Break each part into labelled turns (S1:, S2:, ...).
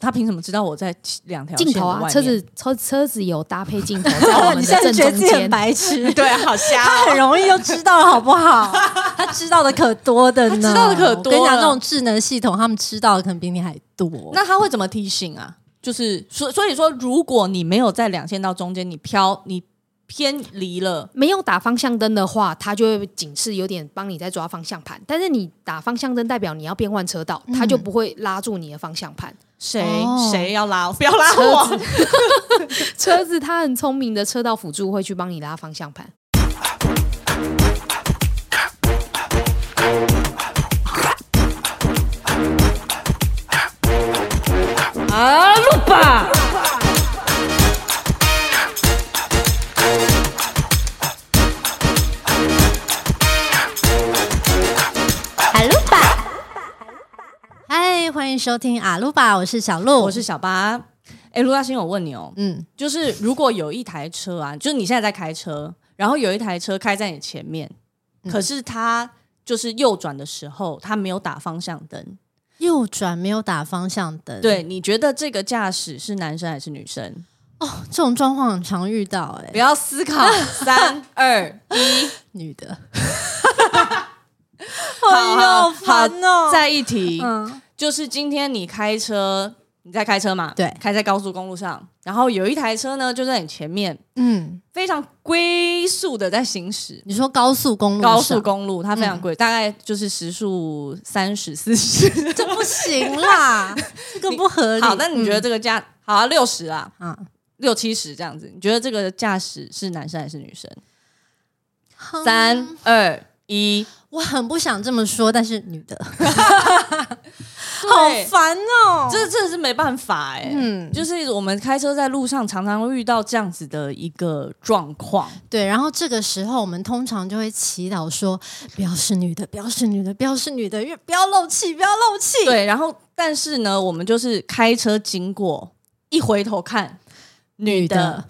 S1: 他凭什么知道我在两条
S2: 镜
S1: 线的
S2: 头啊，
S1: 外
S2: 车
S1: 面
S2: 子车车子有搭配镜头在 我们
S1: 你
S2: 的
S1: 现在
S2: 正
S1: 觉得
S2: 中
S1: 自己
S2: 间
S1: 很，白 痴，
S3: 对，好瞎哦、
S1: 啊很容易就知道了，好不好？
S4: 他知道的可多的
S1: 他
S4: 呢，
S1: 知道的可多
S4: 我跟你讲，
S1: 了
S4: 那种智能系统，他们知道的可能比你还多。
S1: 那他会怎么提醒啊？哦就是所所以说，如果你没有在两线道中间，你飘你偏离了，
S2: 没有打方向灯的话，它就会警示，有点帮你在抓方向盘。但是你打方向灯，代表你要变换车道，它就不会拉住你的方 向盘。
S1: 谁
S4: 哦
S1: 谁、要拉我？
S3: 不要拉我！
S2: 车子它很聪明的，车道辅助会去帮你拉方向盘。
S4: 嗨，欢迎收听阿鲁巴，我是小鹿，
S1: 我是小八。哎、卢大兴，我问你哦、
S4: 嗯，
S1: 就是如果有一台车啊，就是你现在在开车，然后有一台车开在你前面，可是它就是右转的时候，它没有打方向灯。
S4: 右转没有打方向灯，
S1: 对，你觉得这个驾驶是男生还是女生？
S4: 哦，这种状况很常遇到、欸，
S1: 不要思 考，三二，
S4: 女的，
S1: 好
S4: 好
S1: 好
S4: 哎哦
S1: 再一题，
S4: 嗯，
S1: 就是今天你开车，你在开车嘛？
S4: 对
S1: 开在高速公路上，然后有一台车呢就在你前面，
S4: 嗯，
S1: 非常龟速的在行驶。
S4: 你说高速公路上，嗯
S1: 高速公路它非常贵，大概就是时速三十四十。
S4: 这不行 啦，这个不合理。
S1: 好，那你觉得这个驾、好啊六十啊，
S4: 嗯啊？
S1: 六七十这样子，你觉得这个驾驶是男生还是女生？
S4: 嗯
S1: 三二一，
S4: 我很不想这么说，但是女的
S1: 对
S4: 烦哦
S1: 这这是没办法哎、
S4: 嗯，
S1: 就是我们开车在路上常常会遇到这样子的一个状况。
S4: 对。然后这个时候，我们通常就会祈祷说：不要是女的，不要是女的，不要是女的，越不要漏气，不要漏气。，
S1: 对，然后但是呢，我们就是开车经过，一回头看，女
S4: 女
S1: 的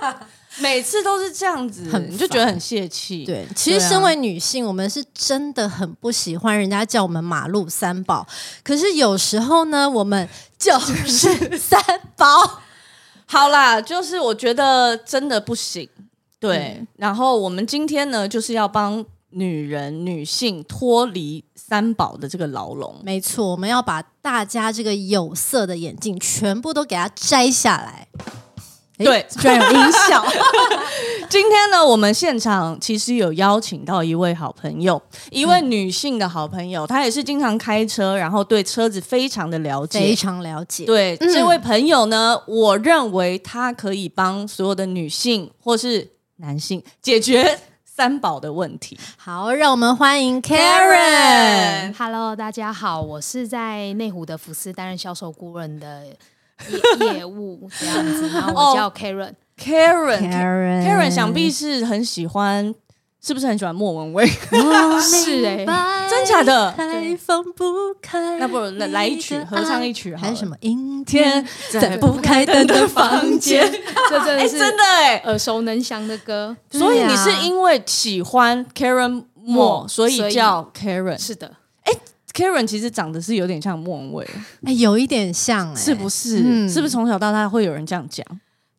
S4: 的，
S1: 每次都是这样子，
S4: 很
S1: 你就觉得很泄气。，
S4: 对。其实
S1: 对啊
S4: 身为女性，我们是真的很不喜欢人家叫我们马路三宝。可是有时候呢，我们就是 三宝。
S1: 好啦，就是我觉得真的不行。对，然后我们今天呢，就是要帮女人、女性脱离三宝的这个牢笼。
S4: 没错，我们要把大家这个有色的眼镜全部都给它摘下来。诶
S1: 对
S4: 居然有音 效。
S1: 今天呢，我们现场其实有邀请到一位好朋友，一位
S4: 嗯
S1: 女性的好朋友，她也是经常开车，然后对车子非常的了解，
S4: 非常了解。
S1: 对、
S4: 嗯
S1: 这位朋友呢，我认为他可以帮所有的女性或是男性解决三宝的问题。
S4: 好，让我们欢迎 Karen。
S1: Karen
S2: Hello，大家好，我是在内湖的福斯担任销售顾问的业业务这样子，然后
S1: 哦
S2: 我叫 Karen，、
S1: Karen，Karen
S4: Karen，
S1: 想必是很喜欢，是不是很喜欢莫文蔚？
S2: 是哎、
S1: 真假的
S4: 开放不开，
S1: 那不如来来一曲
S4: 你的
S1: 合唱一曲好了
S4: 啊还是什么？阴
S1: 天
S4: 天在不开灯的房间。
S2: 这真
S1: 哎、
S2: 的是
S1: 真的哎、
S2: 耳熟能详的歌，
S1: 所以
S4: 对
S1: 你
S4: 啊
S1: 是因为喜欢 Karen 莫，
S2: 莫
S1: 所以
S2: 所以
S1: 叫 Karen。
S2: 是的，
S1: Karen 其实长得是有点像莫文蔚，
S4: 哎，有一点像哎，
S1: 是不是？
S4: 嗯
S1: 是不是从小到大会有人这样讲？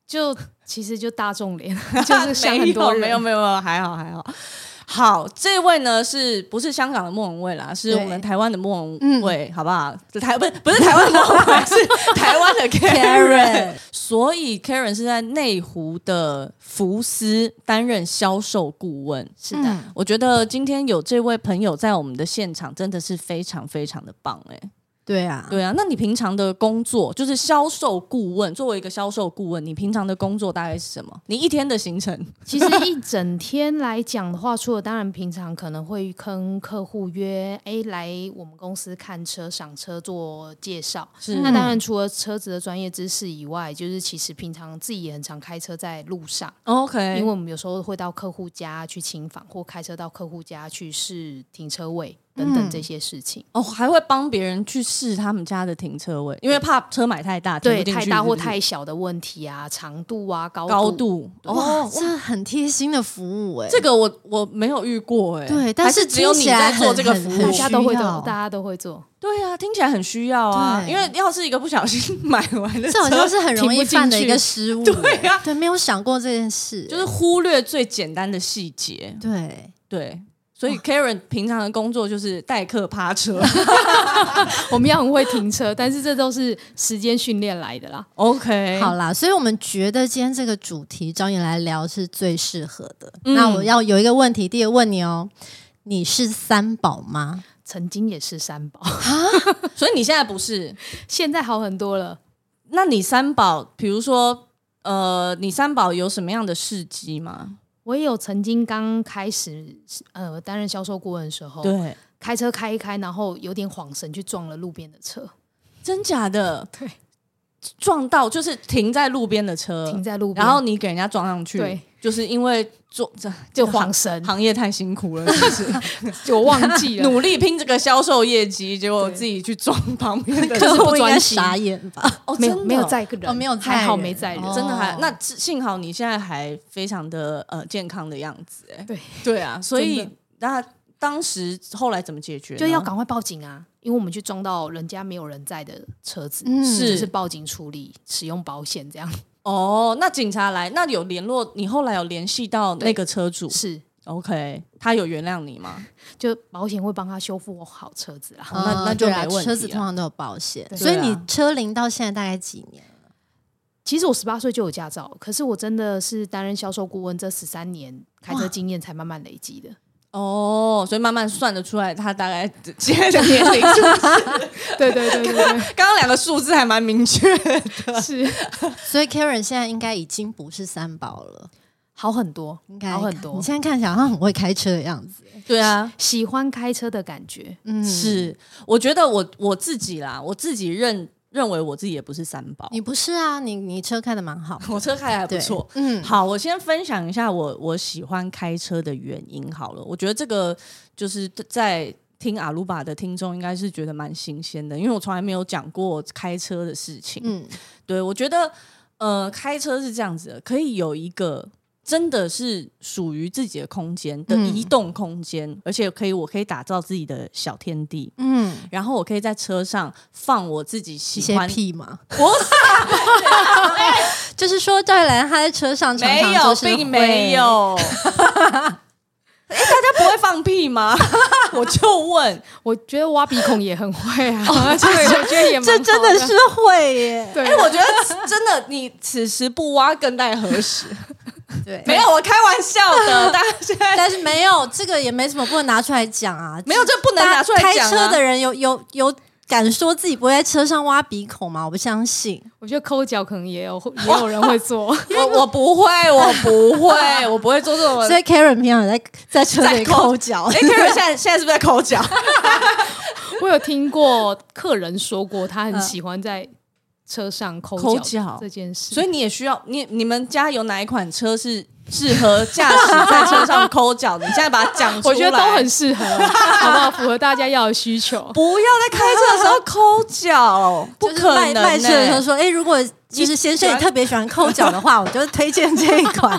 S2: 就其实就大众 脸，就是像很多人，
S1: 没有没有没有没有，还好还好。好，这位呢是不是香港的莫文蔚啦？是
S4: 对
S1: 我们台湾的莫
S2: 嗯
S1: 文蔚，好不好？台不是不是台湾的莫文蔚，是台湾的 Karen。所以 Karen 是在内湖的福斯担任销售顾问。
S2: 是的，
S4: 嗯
S1: 我觉得今天有这位朋友在我们的现场，真的是非常非常的棒哎、
S4: 对啊，
S1: 对啊，那你平常的工作就是销售顾问，作为一个销售顾问，你平常的工作大概是什么？你一天的行程？
S2: 其实一整天来讲的话，除了当然平常可能会跟客户约，哎，来我们公司看车、赏车做介绍。
S1: 是
S2: 那当然，除了车子的专业知识以外，就是其实平常自己也很常开车在路上，因
S1: OK，
S2: 为我们有时候会到客户家去请访，或开车到客户家去试停车位。等等
S4: 嗯
S2: 这些事情。
S1: 哦，还会帮别人去试他们家的停车位，因为怕车买太大，停
S2: 对
S1: 不进去
S2: 太大
S1: 是
S2: 或
S1: 不是
S2: 太小的问题啊，长度啊，高
S1: 高
S2: 度，
S1: 度
S4: 哇，
S1: 哦。
S4: 这很贴心的服务哎、
S1: 这个我我没有遇过哎、
S4: 对但
S1: 但
S4: 是
S1: 只有
S4: 听
S1: 你
S4: 起来
S1: 在做这个服
S4: 很
S2: 大
S1: 务，
S2: 家都会
S4: 需
S2: 做
S4: 要，
S2: 大家都会做。
S1: 对啊，听起来很需要啊。
S4: 对
S1: 因为要是一个不小心买完的车，
S4: 这好像是很容易犯的一个失误、哎
S1: 对啊
S4: 对，没有想过这件事、 哎
S1: 就是忽略最简单的细节。
S4: 对，
S1: 对，所以 Karen 平常的工作就是代客趴 车。
S2: 我们要很会停车，但是这都是时间训练来的啦。
S1: OK，
S4: 好啦，所以我们觉得今天这个主题找你来聊是最适合的。
S1: 嗯
S4: 那我要有一个问题，第一个问你哦，你是三宝吗？
S2: 曾经也是三宝，
S1: 所以你现在不是？
S2: 现在好很多了。
S1: 那你三宝，比如说，呃，你三宝有什么样的事迹吗？
S2: 我也有曾经刚开始呃担任销售顾问的时候，
S1: 对，
S2: 开车开一开，然后有点晃神，去撞了路边的车，
S1: 真假的？
S2: 对，
S1: 撞到就是停在路边的车，
S2: 停在路边，
S1: 呃然后你给人家撞上去，
S2: 对，
S1: 就是因为做这
S2: 就
S1: 这个行
S2: 晃神，
S1: 行业太辛苦了，是不是？
S2: 我 忘记 了。
S1: 努力拼这个销售业绩，结果
S2: 对
S1: 自己去撞旁边的
S2: 可
S1: 车
S2: 是
S4: 客户
S2: 不
S4: 应
S2: 专
S4: 该
S2: 心
S4: 傻眼吧？
S1: 哦，
S2: 没
S1: 真
S2: 有
S1: 的
S2: 没有载个人，
S4: 哦没有载
S2: 还好
S4: 人
S2: 没载人，
S4: 哦
S1: 真的还那至幸好你现在还非常的呃健康的样子、哎，
S2: 对
S1: 对啊，所以
S2: 真的
S1: 那当时后来怎么解决呢？
S2: 就要赶快报警啊，因为我们去撞到人家没有人在的车子，
S4: 嗯
S2: 就是是报警处理，使用保险这样。
S1: 哦，那警察来，那有联络你后来有联系到那个车主
S2: 是，
S1: ，OK，他有原谅你吗？
S2: 就保险会帮他修复好车子啦。
S1: 哦那
S4: 嗯
S1: 那就
S4: 对啊
S1: 没问题啊
S4: 车子通常都有保险，
S2: 对
S4: 所以
S1: 对啊
S4: 你车龄到现在大概几年？
S2: 其实我十八岁就有驾照，可是我真的是担任销售顾问这十三年开车经验才慢慢累 积的。
S1: 哦，所以慢慢算得出来，他大概现在的年龄是不是。
S2: 对对对对
S1: 刚刚两个数字还蛮明确。
S2: 对，是
S4: 所以 Karen 现在应该已经不是三宝了，
S2: 好很多，
S4: 应该
S2: 好很多
S4: 你。现在看起来好像很会开车的样子。
S1: 对啊，
S2: 喜欢开车的感觉，
S4: 嗯，
S1: 是，我觉得我我自己啦，我自己认认为我自己也不是三宝，
S4: 你不是啊？你你车开的蛮好，
S1: 我车开得还不
S4: 对
S1: 错。
S4: 嗯，
S1: 好，我先分享一下我我喜欢开车的原因好了。我觉得这个就是在听阿鲁巴的听众应该是觉得蛮新鲜的，因为我从来没有讲过开车的事情。
S4: 嗯，
S1: 对我觉得，呃，开车是这样子的，可以有一个。真的是属于自己的空间的
S4: 嗯
S1: 移动空间，而且可以，我可以打造自己的小天地，
S4: 嗯，
S1: 然后我可以在车上放我自己
S4: 一
S1: 喜
S4: 些
S1: 欢
S4: 屁嘛，
S1: 不是
S4: 就是说赵丽兰她在车上常
S1: 没
S4: 常
S1: 有，
S4: 就是
S1: 并没
S4: 会，
S1: 有。哎、大家不会放屁吗？ 我就问，
S2: 我觉得挖鼻孔也很会 啊，对，我觉得也蛮
S4: 这真的
S2: 好
S4: 是会耶，
S2: 对
S1: 哎、我觉得真的，你此时不挖更待何时？
S4: 对，
S1: 没有，我开玩笑的。大家现在
S4: 但是没有这个也没什么不能拿出来讲啊，
S1: 没有，这不能拿出来
S4: 大家
S1: 讲、啊。
S4: 开车的人有有有敢说自己不会在车上挖鼻孔吗？我不相信。
S2: 我觉得抠脚可能也有也有人会做，
S1: 我我不会，我不 会，我不会做这种。
S4: 所以 Karen 平常有在在车里抠脚
S1: 呃哎、，k a r e n 现在现在是不是在抠脚？
S2: 我有听过客人说过，他很喜欢在车上抠
S1: 嗯抠脚
S2: 脚这件 事，
S1: 所以你也需要你你们家有哪一款车是适合驾驶在车上抠脚的？你现在把它讲出来，
S2: 我觉得都很适合，好不好？符合大家要的需求。
S1: 不要在开车的时候抠脚，不
S4: 就是
S1: 可能、
S4: 卖卖车的时候
S1: 欸
S4: 说，哎，如果就是先生也特别喜欢抠脚 的话，我就推荐这一款。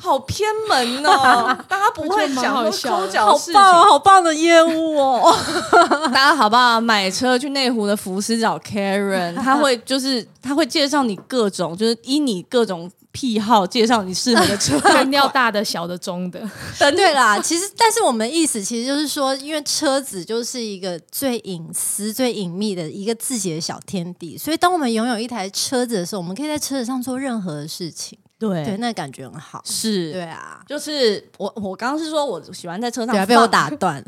S1: 好偏门 哦！大家不会讲说抠脚
S4: 好
S1: 的事情
S4: 棒，哦，好棒的业 务 哦！
S1: 大家好不好？买车去内湖的福斯找 Karen，他会就是他会介绍你各种，就是依你各种癖好介绍你适合的 车。
S2: 灯要大的、小的、中的，
S1: 等
S4: 对啦，其实但是我们的意思其实就是说，因为车子就是一个最隐私、最隐秘的一个自己的小天地，所以当我们拥有一台车子的时候，我们可以在车子上做任何的事情，
S1: 对
S4: 对，那感觉很好。
S1: 是。
S4: 对啊，
S1: 就是我，我刚刚是说我喜欢在车上
S4: 对啊，
S1: 放，
S4: 被我 打断。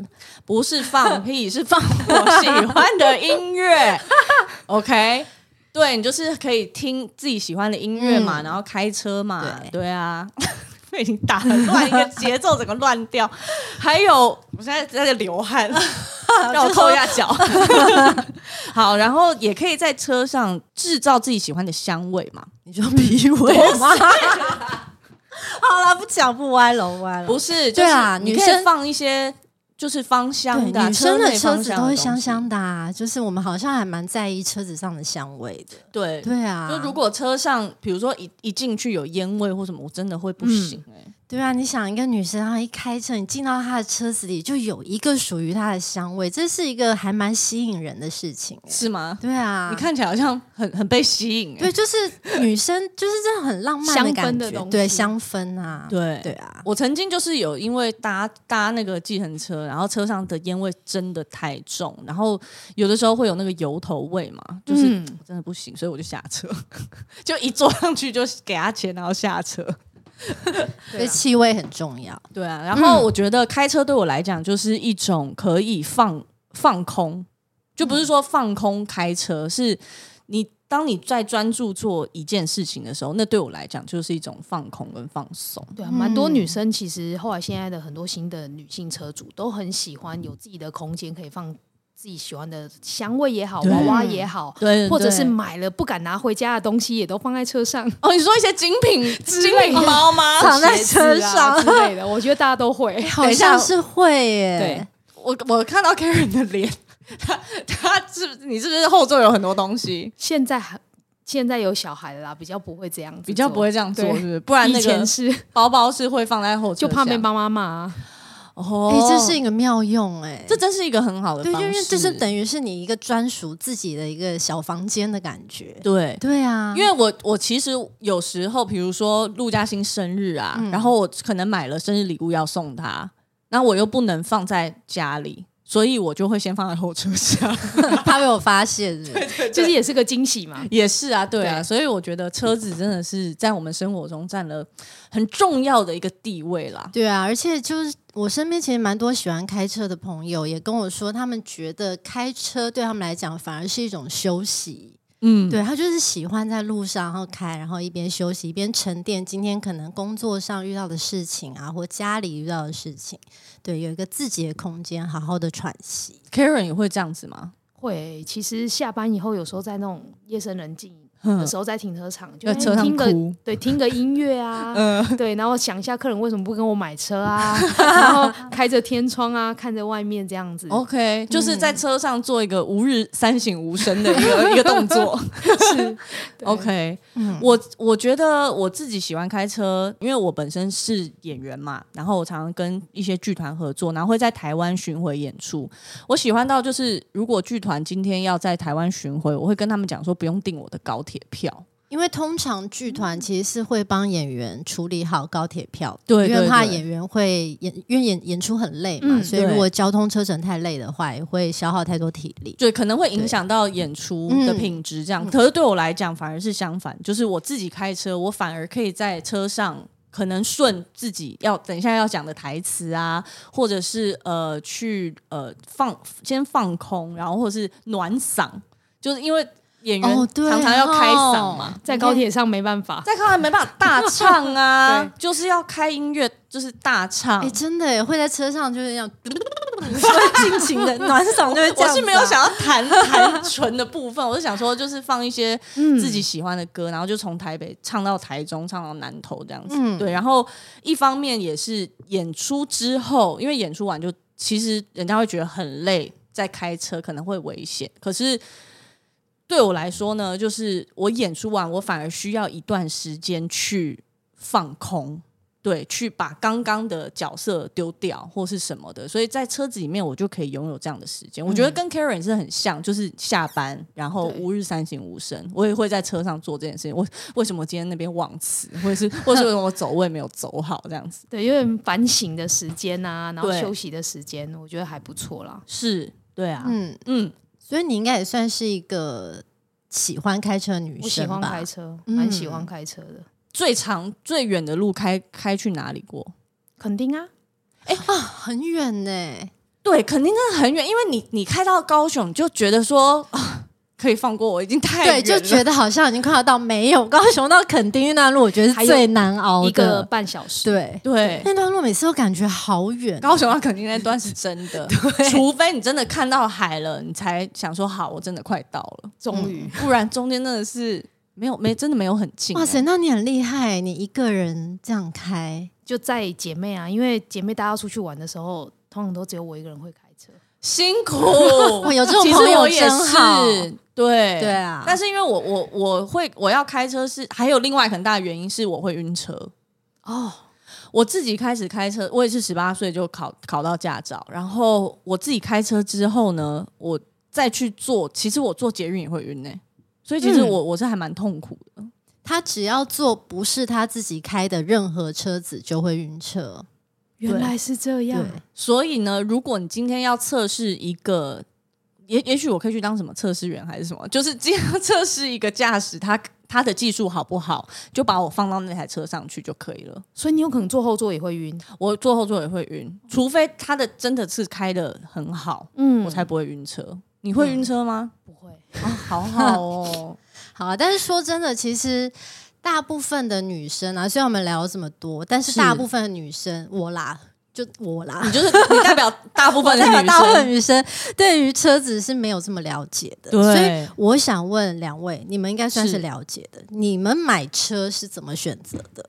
S1: 不是放屁，是放我喜欢的音 乐。OK，对你就是可以听自己喜欢的音乐嘛，
S4: 嗯
S1: 然后开车嘛，
S4: 对
S1: 对啊。 被你打得乱一个节奏，整个乱掉。还有，我现在在流 汗，让我
S4: 就说
S1: 扣一下脚。 好，然后也可以在车上制造自己喜欢的香味嘛。
S4: 你说皮我吗？好啦，不讲不歪了，不歪了。
S1: 不是，就
S4: 对啊
S1: 是你
S4: 女
S1: 可以
S4: 生
S1: 放一些就是芳香的啊、
S4: 对，女生的
S1: 内
S4: 车
S1: 芳
S4: 子
S1: 香
S4: 都会
S1: 的东
S4: 香
S1: 西
S4: 香的、啊，就是我们好像还蛮在意车子上的香味的。
S1: 对。
S4: 对啊，
S1: 就如果车上，比如说一一进去有烟味或什么，我真的会不行哎、
S4: 对啊，你想一个女生，她一开车，你进到她的车子里，就有一个属于她的香味，这是一个还蛮吸引人的事情、欸。
S1: 是吗？
S4: 对啊，
S1: 你，看起来好像很很被吸引、欸。
S4: 对，就是女生，就是这很浪漫
S2: 香氛
S4: 感
S2: 的
S4: 觉，
S2: 东
S4: 对，
S2: 西
S4: 香氛啊，
S1: 对
S4: 对啊，
S1: 我曾经就是有因为搭搭那个计程车，然后车上的烟味真的太重，然后有的时候会有那个油头味嘛，就是、
S2: 嗯
S1: 我真的不行，所以我就下车， 就一坐上去就给他钱，然后下车。
S4: 所
S2: 对
S4: 以
S2: 啊
S4: 气味很重要。
S1: 对啊，然后我觉得开车对我来讲就是一种可以放放空，就不是说放空开车，是你当你在专注做一件事情的时候，那对我来讲就是一种放空跟放松。
S2: 对啊，蛮多
S4: 嗯
S2: 女生其实后来现在的很多新的女性车主都很喜欢有自己的空间，可以放自己喜欢的香味也好，
S1: 对
S2: 娃娃也好，
S1: 对
S2: 或者是
S1: 对
S2: 买了不敢拿回家的东西也都放在车上，
S1: 哦，你说一些精 品精
S2: 类
S1: 品
S2: 的
S1: 包吗？
S4: 藏在
S1: 鞋子
S4: 车
S2: 是啊
S4: 上
S2: 之类的。我觉得大家都会。
S4: 好
S1: 等一下
S4: 像是会耶、
S1: 对，我我看到 Karen 的脸， 他他是你是不是后座有很多东西？
S2: 现在还现在有小孩了啦，比较不会这样子做，
S1: 比较不会这样做，
S2: 对
S1: 是不是？不然那
S2: 以
S1: 个
S2: 前是
S1: 包包是会放在后车
S2: 就
S1: 厢，
S2: 怕被妈妈骂 啊，
S1: 哦
S4: 哎、这是一个妙用哎、
S1: 这真是一个很好的
S4: 对，
S1: 方
S4: 就
S1: 式，
S4: 因为这是等于是你一个专属自己的一个小房间的感觉。
S1: 对。
S4: 对啊，
S1: 因为我我其实有时候，比如说陆嘉欣生日啊，
S4: 嗯
S1: 然后我可能买了生日礼物要送她，那我又不能放在家里，所以我就会先放在后车 厢。
S4: 他被我 发现了，
S2: 就是也是个惊喜嘛。
S1: 也是啊，对啊，
S2: 对
S1: 所以我觉得车子真的是在我们生活中占了很重要的一个地位啦。
S4: 对啊，而且就是我身边其实蛮多喜欢开车的朋友，也跟我说，他们觉得开车对他们来讲反而是一种休息。
S1: 嗯，
S4: 对他就是喜欢在路上，然后开，然后一边休息一边沉淀今天可能工作上遇到的事情啊，或家里遇到的事情。对，有一个自己的空间，好好的喘息。
S1: ，Karen 也会这样子吗？
S2: 会，其实下班以后有时候在那种夜深人静的
S1: 嗯，
S2: 时候，在停车场就
S1: 在车上
S2: 听个
S1: 哭，
S2: 对，听个音乐 啊，
S1: 嗯
S2: 对，然后想一下客人为什么不跟我买车啊，然后开着天窗啊，看着外面这样子。
S4: 哦
S1: ，OK，就是
S4: 嗯
S1: 在车上做一个无日三省吾身的一 个一个动作。
S2: 对
S1: OK，
S4: 嗯，
S1: 我我觉得我自己喜欢开车，因为我本身是演员嘛，然后我常常跟一些剧团合作，然后会在台湾巡回演出。我喜欢到就是，如果剧团今天要在台湾巡回，我会跟他们讲说不用订我的高铁票。
S4: 因为通常剧团其实是会帮演员处理好高铁票，
S1: 对
S4: 因为
S1: 对
S4: 怕
S1: 对
S4: 演员会演，因为演演出很累嘛，
S2: 嗯
S4: 所以如
S1: 对
S4: 果交通车程太累的话，也会消耗太多体力。
S1: 对，可能会影响到演出
S4: 嗯
S1: 的品质，这样。可是对我来讲，反而是相反，就是我自己开车，我反而可以在车上。可能顺自己要等一下要讲的台词啊，或者是呃去呃放先放空，然后或者是暖嗓，就是因为演员
S4: 哦对
S1: 常常要开
S4: 哦
S1: 嗓嘛，
S2: 在高铁上没办法，
S1: 在看来没办法大唱 啊
S2: 对，
S1: 就是要开音乐，就是大唱
S4: 哎、。真的耶会在车上就是这样，尽情的暖嗓 就会这
S1: 我
S4: 样、啊
S1: 是没有想，要弹弹纯的部分，我是想说就是放一些
S2: 嗯
S1: 自己喜欢的歌，然后就从台北唱到台中，唱到南投这样子。
S4: 嗯
S1: 对，然后一方面也是演出之后，因为演出完就其实人家会觉得很累，在开车可能会危险，可是。对我来说呢，就是我演出完，我反而需要一段时间去放空，对，去把刚刚的角色丢掉或是什么的，所以在车子里面我就可以拥有这样的时间。我觉
S4: 嗯
S1: 得跟 Karen 是很像，就是下班然后
S2: 对
S1: 无日三省吾身，我也会在车上做这件事情。我为什么今天那边忘词，或者是或者是为什么我走位没有走好这样 子？
S2: 对，有点反省的时间啊，然后
S1: 对
S2: 休息的时间，我觉得还不错啦。
S1: 是，对啊，嗯
S4: 嗯，所以你应该也算是一个喜欢开车的女
S2: 我喜
S4: 生
S2: 欢
S4: 吧
S2: 开？车，
S4: 嗯
S2: 蛮喜欢开车的。
S1: 最长最远的路开开去哪里过？
S2: 肯定啊，
S4: 啊，很远呢、
S1: 对，肯定真的很远，因为你你开到高雄，你就觉得说啊，可以放过我，已经太远
S4: 对，
S1: 了
S4: 就 觉得好像已经快要到没有高雄到垦丁那段路，我觉得
S2: 还
S4: 是
S2: 有
S4: 最难熬的。
S2: 一个半小时。
S4: 哦对，
S1: 对。
S4: 那段路每次都感觉好远。哦
S1: 高雄要肯定那段是真 的，除非你真的看到海了，你才想说好，我真的快到了，
S2: 终于，
S1: 不然中间真的是没有没真的没有很近、
S4: 哇塞，
S1: 欸
S4: 那你很厉害，你一个人这样开，
S2: 就在姐妹啊，因为姐妹大家出去玩的时候，通常都只有我一个人会开车。
S1: 辛苦，我
S4: 有这种
S1: 其
S4: 朋
S1: 实
S4: 友
S1: 我也
S4: 真好
S1: 是，对
S4: 对啊
S1: 但是因为我我我会我要开车是还有另外很大的原因是我会晕车。
S2: 哦，
S1: 我自己开始开车，我也是十八岁就考考到驾照，然后我自己开车之后呢，我再去做，其实我做捷运也会晕呢、所以其实
S2: 嗯
S1: 我、我是还蛮痛苦的。
S4: 他只要坐不是他自己开的任何车子，就会晕车。
S2: 原来是这样。
S4: 对
S1: 所以呢，如果你今天要测试一个，也也许我可以去当什么测试员还是什么，就是这样测试一个驾驶他他的技术好不好，就把我放到那台车上去就可以了。
S2: 所以你有可能坐后座也会晕。
S1: 我坐后座也会晕，除非他的真的是开的很好，
S2: 嗯
S1: 我才不会晕车。你会晕车吗？
S2: 不会。
S1: 啊，好好哦，
S4: 好啊，但是说真的，其实大部分的女生啊，虽然我们聊了这么多，但是
S1: 是
S4: 大部分的女生，我啦，就我啦，
S1: 你就是你代表大部分 的
S4: 代表
S1: 女
S4: 大部分
S1: 生，
S4: 女生对于车子是没有这么了解的，
S1: 对
S4: 所以我想问两位，你们应该算是
S1: 是
S4: 了解的，你们买车是怎么选择的？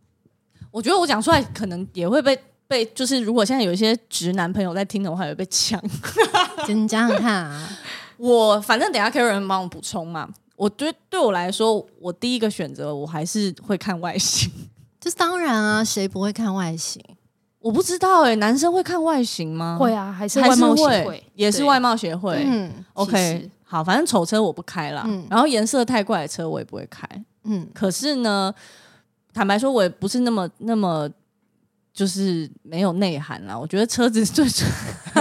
S1: 我觉得我讲出来可能也会被被，就是如果现在有一些直男朋友在听的话，也会被抢。
S4: 你讲讲看啊，
S1: 我反正等一下 Karen 帮我补充嘛。我觉得对我来说，我第一个选择我还是会看外形。
S4: 这当然
S1: 嗯
S4: 啊，谁不会看外形？
S1: 我不知道哎、男生会看外形吗？
S2: 会啊，还是
S1: 还
S2: 外
S1: 是
S2: 貌协
S1: 会
S2: 会，，
S1: 也是
S2: 对
S1: 外貌协会。
S4: 嗯
S1: OK，
S4: 其
S1: 好，反正丑车我不开啦，
S4: 嗯
S1: 然后颜色太怪的车我也不会开。
S4: 嗯，
S1: 可是呢，坦白说，我也不是那么那么就是没有内涵啦。我觉得车子最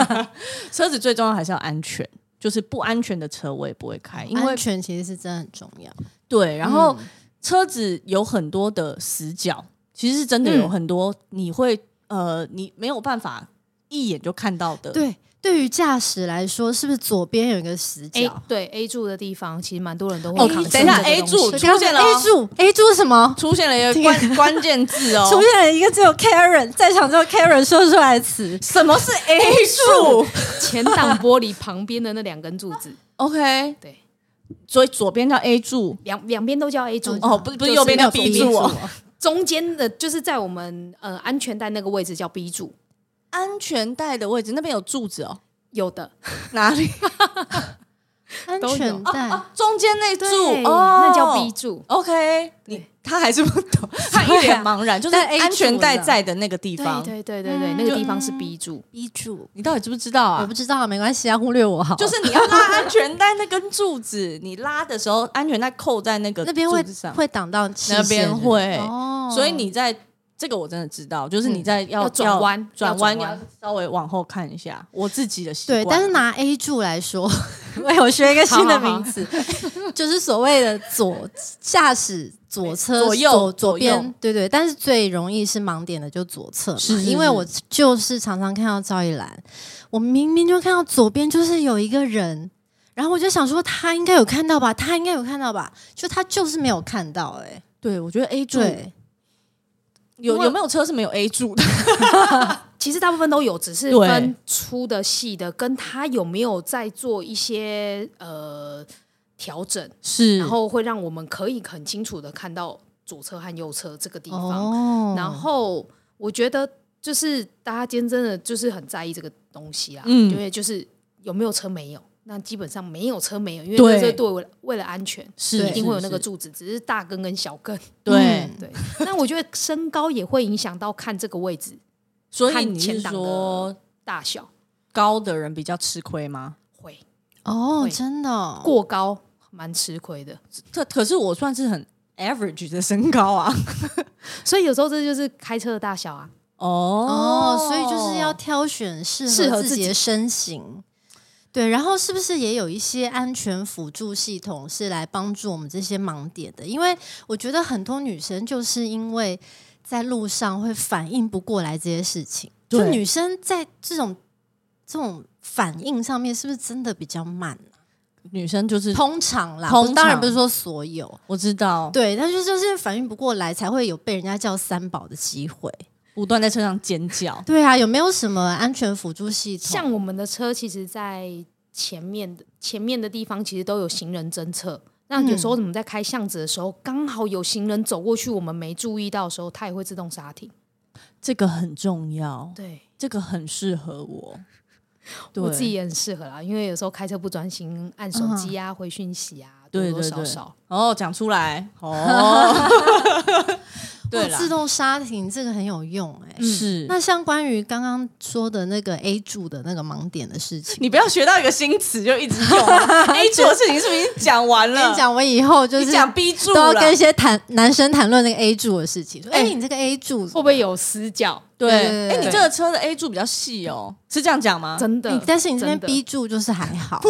S1: 车子最重要还是要安全，就是不安全的车我也不会开，因为
S4: 安全其实是真的很重要。
S1: 对，然后
S4: 嗯
S1: 车子有很多的死角，其实是真的有
S2: 嗯
S1: 很多你会、呃你没有办法一眼就看到的。
S4: 对，对于驾驶来说，是不是左边有一个死
S1: 哎
S2: A
S4: 角？哎
S2: 对 A 柱的地方，其实蛮多人都会
S1: 哦
S2: 扛
S1: 等一下
S2: 这个
S1: A
S2: 东
S1: 柱
S2: 西
S1: 出现了哦
S4: A 哎柱，A 柱是什么？
S1: 出现了一个关 关键字哦，
S4: 出现了一个只有 Karen 在场只有 Karen 说出来的词，
S1: 什么 是 A 柱
S2: 前挡玻璃旁边的那两根柱子，
S1: ？OK，
S2: 对，
S1: 所以左边叫 A 柱，
S2: 两两边都叫 A 柱
S1: 哦，不是不
S4: 啊就是
S1: 右边叫
S4: 没有
S1: B 柱哦。
S2: 中间的就是在我们呃安全带那个位置叫 B 柱，
S1: 安全带的位置那边有柱子哦，
S2: 有的
S1: 哪 里？
S4: 安
S2: 都有
S4: 全带。
S1: 中间那
S2: 对
S1: 柱哦，
S2: 那叫 B。柱。
S1: OK，你他还是不懂，他一脸茫然，就是
S4: 啊但 A
S1: 安全带
S4: 柱的
S1: 在的那个地
S2: 对
S1: 方，
S2: 对对对对，那个地方是 B 柱。
S4: B 柱，
S1: 你到底知不知道
S4: 我
S1: 啊
S4: 不？知道，没关系啊，忽略我好了。
S1: 就是你要拉安全带那根柱子，你拉的时候，安全带扣在那个
S4: 那边会
S1: 柱子上，
S4: 会挡到视线
S1: 那边会
S4: 是不是哦嗯
S1: 所以你在这个我真的知道，就是你在要
S2: 要转弯
S1: 转
S2: 要
S1: 弯
S2: 转
S1: 要
S2: 弯
S1: 稍微往后看一下，我自己的习惯
S4: 对，
S1: 啊。
S4: 但是拿 A 柱来说， 我有学一个新的名词，就是所谓的左驾驶左车
S1: 哎左右
S4: 左
S1: 左右
S4: 边，对对。但是最容易是盲点的就左侧嘛，
S1: 是是是
S4: 因为我就是常常看到赵一兰，我明明就看到左边就是有一个人。然后我就想说，他应该有看到吧？他应该有看到吧？就他就是没有看到、哎，
S1: 对我觉得 A 柱
S4: 对，
S1: 有
S2: 因为
S1: 有没有车是没有 A 柱的？
S2: 其实大部分都有，只是
S1: 对
S2: 分粗的、细的，跟他有没有在做一些呃调整，
S1: 是
S2: 然后会让我们可以很清楚的看到左侧和右侧这个地方。
S4: 哦
S2: 然后我觉得就是大家今天真的就是很在意这个东西啦，
S1: 嗯
S2: 因为就是有没有车没有，那基本上没有车没有，因为
S1: 对
S2: 这是对为了为了安全。
S1: 是
S4: 对
S2: 一定会有那个
S1: 是嗯
S2: 柱子，只是大根跟小根。
S1: 对，
S2: 对，那我觉得身高也会影响到看这个位置
S1: 所以
S2: 看
S1: 你
S2: 前
S1: 是
S2: 挡
S1: 说
S2: 大小，
S1: 高的人比较吃亏吗？
S2: 会
S4: 哦，
S2: 会
S4: 真的哦、
S2: 过高蛮吃亏的。
S1: 可可是我算是很 average 的身高啊。
S2: 所以有时候这就是开车的大小啊。
S1: 哦
S4: 哦，所以就是要挑选适
S2: 适
S4: 合
S2: 合
S4: 自
S2: 自
S4: 己
S2: 己
S4: 的身形。对，然后是不是也有一些安全辅助系统是来帮助我们这些盲点的？因为我觉得很多女生就是因为在路上会反应不过来这些事情，就
S1: 对
S4: 女生在这种这种反应上面是不是真的比较慢啊、
S1: 女生就是
S4: 通常啦，
S1: 通
S4: 不当然
S1: 常
S4: 不是说所有，
S1: 我知道，
S4: 对，但是就是反应不过来才会有被人家叫三宝的机会。
S1: 不断在车上尖叫。
S4: 对啊，有没有什么安全辅助系统？
S2: 像我们的车，其实在前面的前面的地方，其实都有行人侦测。那有时候我们在开巷子的时候，刚好有行人走过去，我们没注意到的时候，它也会自动刹停。
S1: 这个很重要，
S2: 对。
S1: 这个很适合我。对
S2: 我自己也很适合啦，因为有时候开车不专心，按手机啊、回讯息啊，多
S1: 对
S2: 多
S1: 对
S2: 少
S1: 对
S2: 少。
S1: 哦，讲出来 哦，对
S4: 哦
S1: 啦嗯
S4: 自，动刹停这个很有用哎、
S2: 嗯
S1: 是
S4: 那像关于刚刚说的那个 A 柱的那个盲点的事情，
S1: 你不要学到一个新词就一直用啊 A 柱的事情是不是已经讲完
S4: 我跟
S1: 了？
S4: 你讲，我以后就
S1: 你
S4: 是
S1: 讲 B 柱
S4: 都要跟
S1: 了
S4: 一，些谈男生谈论那个 A 柱的事情，说哎、
S1: 哎
S4: 你这个 A 柱
S2: 会不会有死角？
S1: 对，
S4: 对对对
S1: 哎，你
S4: 对
S1: 这个车的 A 柱比较细哦，是这样讲吗？
S2: 真的
S4: 你，但是你这边
S2: 真的啊
S4: B 柱就是还 好，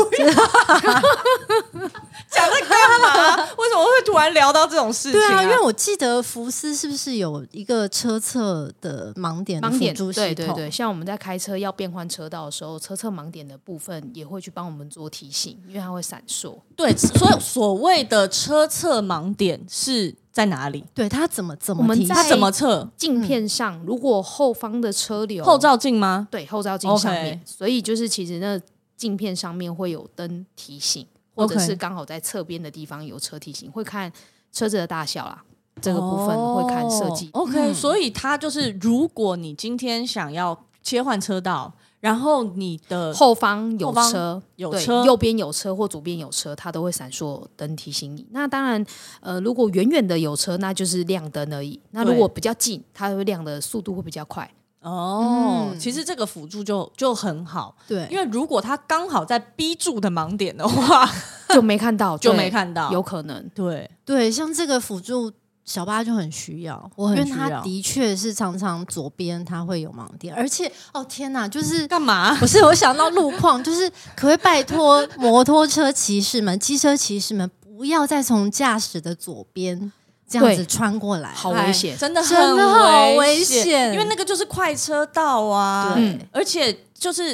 S1: 讲这干嘛？为什么会突然聊到这种事情、
S4: 对啊，因为我记得福斯是不是有一个车侧的盲点的
S2: 盲点
S4: 辅助系
S2: 对
S4: 统？
S2: 对对，像我们在开车要变换车道的时候，车侧盲点的部分也会去帮我们做提醒，因为它会闪烁。
S1: 对，所以所谓的车侧盲点是在哪里？
S4: 对它怎么怎
S2: 我
S4: 么
S2: 们
S4: 提醒？
S2: 在
S1: 它怎么测？
S2: 镜片上，如果后方的车流
S1: 嗯后照镜吗？
S2: 对后照镜上
S1: OK
S2: 面，所以就是其实那镜片上面会有灯提醒，或者
S1: OK
S2: 是刚好在侧边的地方有车提醒，会看车子的大小啦，这个部分会看设计。
S1: 哦 OK，、所以它就是，如果你今天想要切换车道，然后你的
S2: 后方有
S1: 后方
S2: 车，
S1: 有
S2: 对
S1: 车
S2: 右边有车或左边有车，它都会闪烁灯提醒你。那当然，呃，如果远远的有车，那就是亮灯而已。那如
S1: 对
S2: 果比较近，它会亮的速度会比较快。
S1: 哦，其实这个辅助就就很好，
S4: 对，
S1: 因为如果它刚好在 B 柱的盲点的话，
S2: 就没看 到，
S1: 就
S2: 对
S1: 没看到。
S2: 有可能。
S1: 对，
S4: 对，像这个辅助小巴就很需要，
S1: 我很
S4: 因为
S1: 需
S4: 它
S1: 要
S4: 的确是常常左边它会有盲点，而且哦天哪， 就是。
S1: 干嘛？
S4: 不是，我想到路况，就是可不可以拜托摩托车骑士们、机车骑士们，不要再从驾驶的左边这样
S2: 对
S4: 子穿过来，
S2: 好危险
S1: 哎真的很
S4: 真的好
S1: 危
S4: 危险
S1: 因为那个就是快车道啊。
S4: 对
S2: 嗯，
S1: 而且就是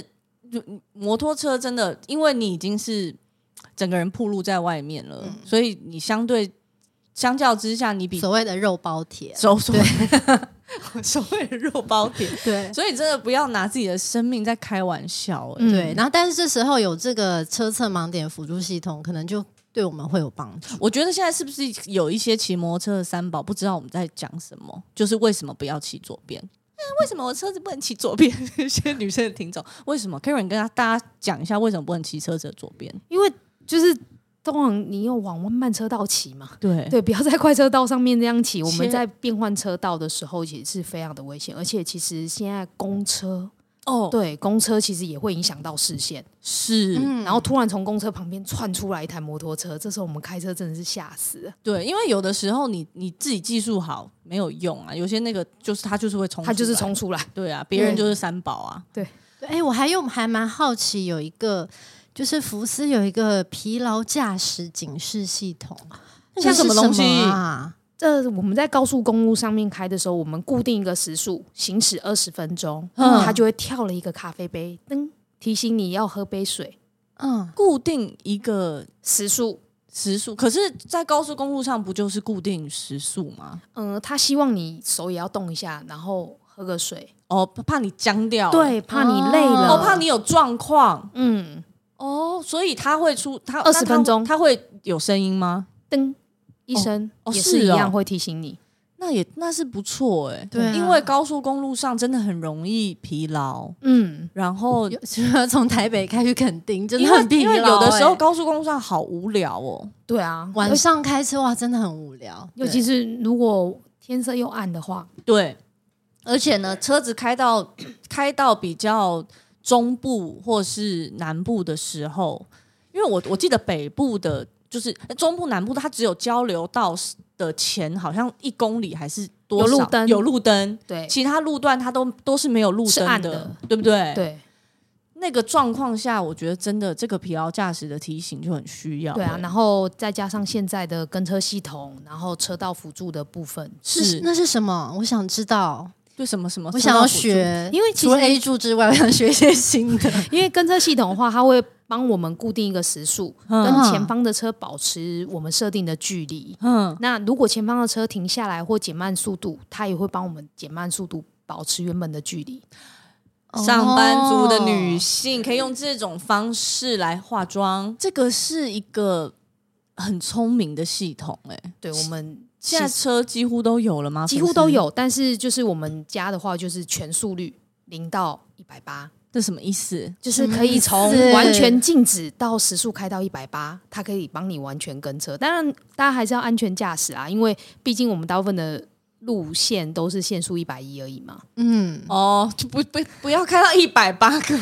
S1: 嗯摩托车真的，因为你已经是整个人暴露在外面了，所以你相对相较之下，你比
S4: 所啊谓的肉包铁，
S1: 手所 所谓的肉包铁，
S4: 对
S1: 所以真的不要拿自己的生命在开玩笑、欸。
S2: 嗯
S4: 对。然后，但是这时候有这个车侧盲点辅助系统，可能就对我们会有帮助。
S1: 我觉得现在是不是有一些骑摩托车的三宝不知道我们在讲什么？就是为什么不要骑左边？ 啊为什么我车子不能骑左边？ 有些女生的听众，为什么？Karen 跟她大家讲一下，为什么不能骑车子的左边？
S2: 因为就是通常你有往慢车道骑嘛，
S1: 对
S2: 对，不要在快车道上面这样骑。我
S1: 切
S2: 们在变换车道的时候，其实是非常的危险，而且其实现在公车
S1: 哦，
S2: 对公车其实也会影响到视线，
S1: 是，
S4: 嗯
S2: 然后突然从公车旁边窜出来一台摩托车，这时候我们开车真的是吓死了，
S1: 对，因为有的时候你你自己技术好没有用啊，有些那个就是他就是会冲，
S2: 他就是，冲出来，
S1: 对啊，别人就是三宝啊，
S4: 对哎、我还有还蛮好奇，有一个就是福斯有一个疲劳驾驶警示系统，啊
S1: 那是
S4: 这
S1: 什
S4: 是
S1: 么
S4: 么
S1: 东西
S4: 啊？
S2: 这我们在高速公路上面开的时候，我们固定一个时速，行驶二十分钟，
S1: 嗯
S2: 它就会跳了一个咖啡杯，噔，提醒你要喝杯水。
S4: 嗯，
S1: 固定一个
S2: 时速，
S1: 时速，可是，在高速公路上不就是固定时速吗？
S2: 嗯、他希望你手也要动一下，然后喝个水，
S1: 哦，怕你僵掉，，
S2: 对，怕你累了，
S1: 哦，怕你有状况，
S2: 嗯，
S1: 哦，所以他会出他
S2: 20分钟
S1: 他会有声音吗？
S2: 噔一声、
S1: 哦
S2: 也
S1: 是
S2: 是一
S1: 哦
S2: 样会提醒你，
S1: 那也那是不错哎、
S4: 对啊
S1: 因为高速公路上真的很容易疲劳，
S2: 嗯，
S1: 然后
S4: 有 就是从台北开去垦丁，真的
S1: 因为
S4: 很疲
S1: 因
S4: 劳、
S1: 为有的时候
S4: 哎
S1: 高速公路上好无聊哦，
S2: 对啊，
S4: 晚
S2: 尤
S4: 上开车哇，真的很无聊，
S2: 尤
S4: 对
S2: 其是如果天色又暗的话，
S1: 对，而且呢，车子开到 开到比较中部或是南部的时候，因为我我记得北部的，就是呃中部南部，它只有交流道的前好像一公里还是多少
S2: 有路灯
S1: 有路灯，
S2: 对
S1: 其他路段它都都是没有路
S2: 是
S1: 灯
S2: 暗的
S1: 对不对？，
S2: 对
S1: 那个状况下，我觉得真的这个疲劳驾驶的提醒就很需要、
S2: 对啊，
S1: 欸
S2: 然后再加上现在的跟车系统，然后车道辅助的部分，
S4: 是
S1: 是哦
S4: 那是什么？我想知道，
S1: 就什么什么，
S4: 我想要学，
S2: 因为其
S4: 除了
S2: 实
S4: A 柱之外，我想学一些 新的。
S2: 因为跟车系统的话，它会帮我们固定一个时速，
S1: 嗯
S2: 跟前方的车保持我们设定的距离。
S1: 嗯，
S2: 那如果前方的车停下来或减慢速度，它也会帮我们减慢速度，保持原本的距离。
S1: 上班族的女
S4: 性，
S1: 性可以用这种方式来化妆，这个是一个很聪明的系统、欸，哎，啊
S2: 对我们
S1: 现在车几乎都有了吗？
S2: 几乎都，有，但是就是我们家的话，就是全速率零到一百八，
S1: 这什么意思？
S2: 就是可
S1: 嗯
S2: 以从
S4: 什么意思
S2: 完全静止到时速开到一百八，它可以帮你完全跟车。当然，大家还是要安全驾驶啊，因为毕竟我们大部分的路线都是限速一百一而已嘛。
S4: 嗯，
S1: 哦，就不不不要开到一百八个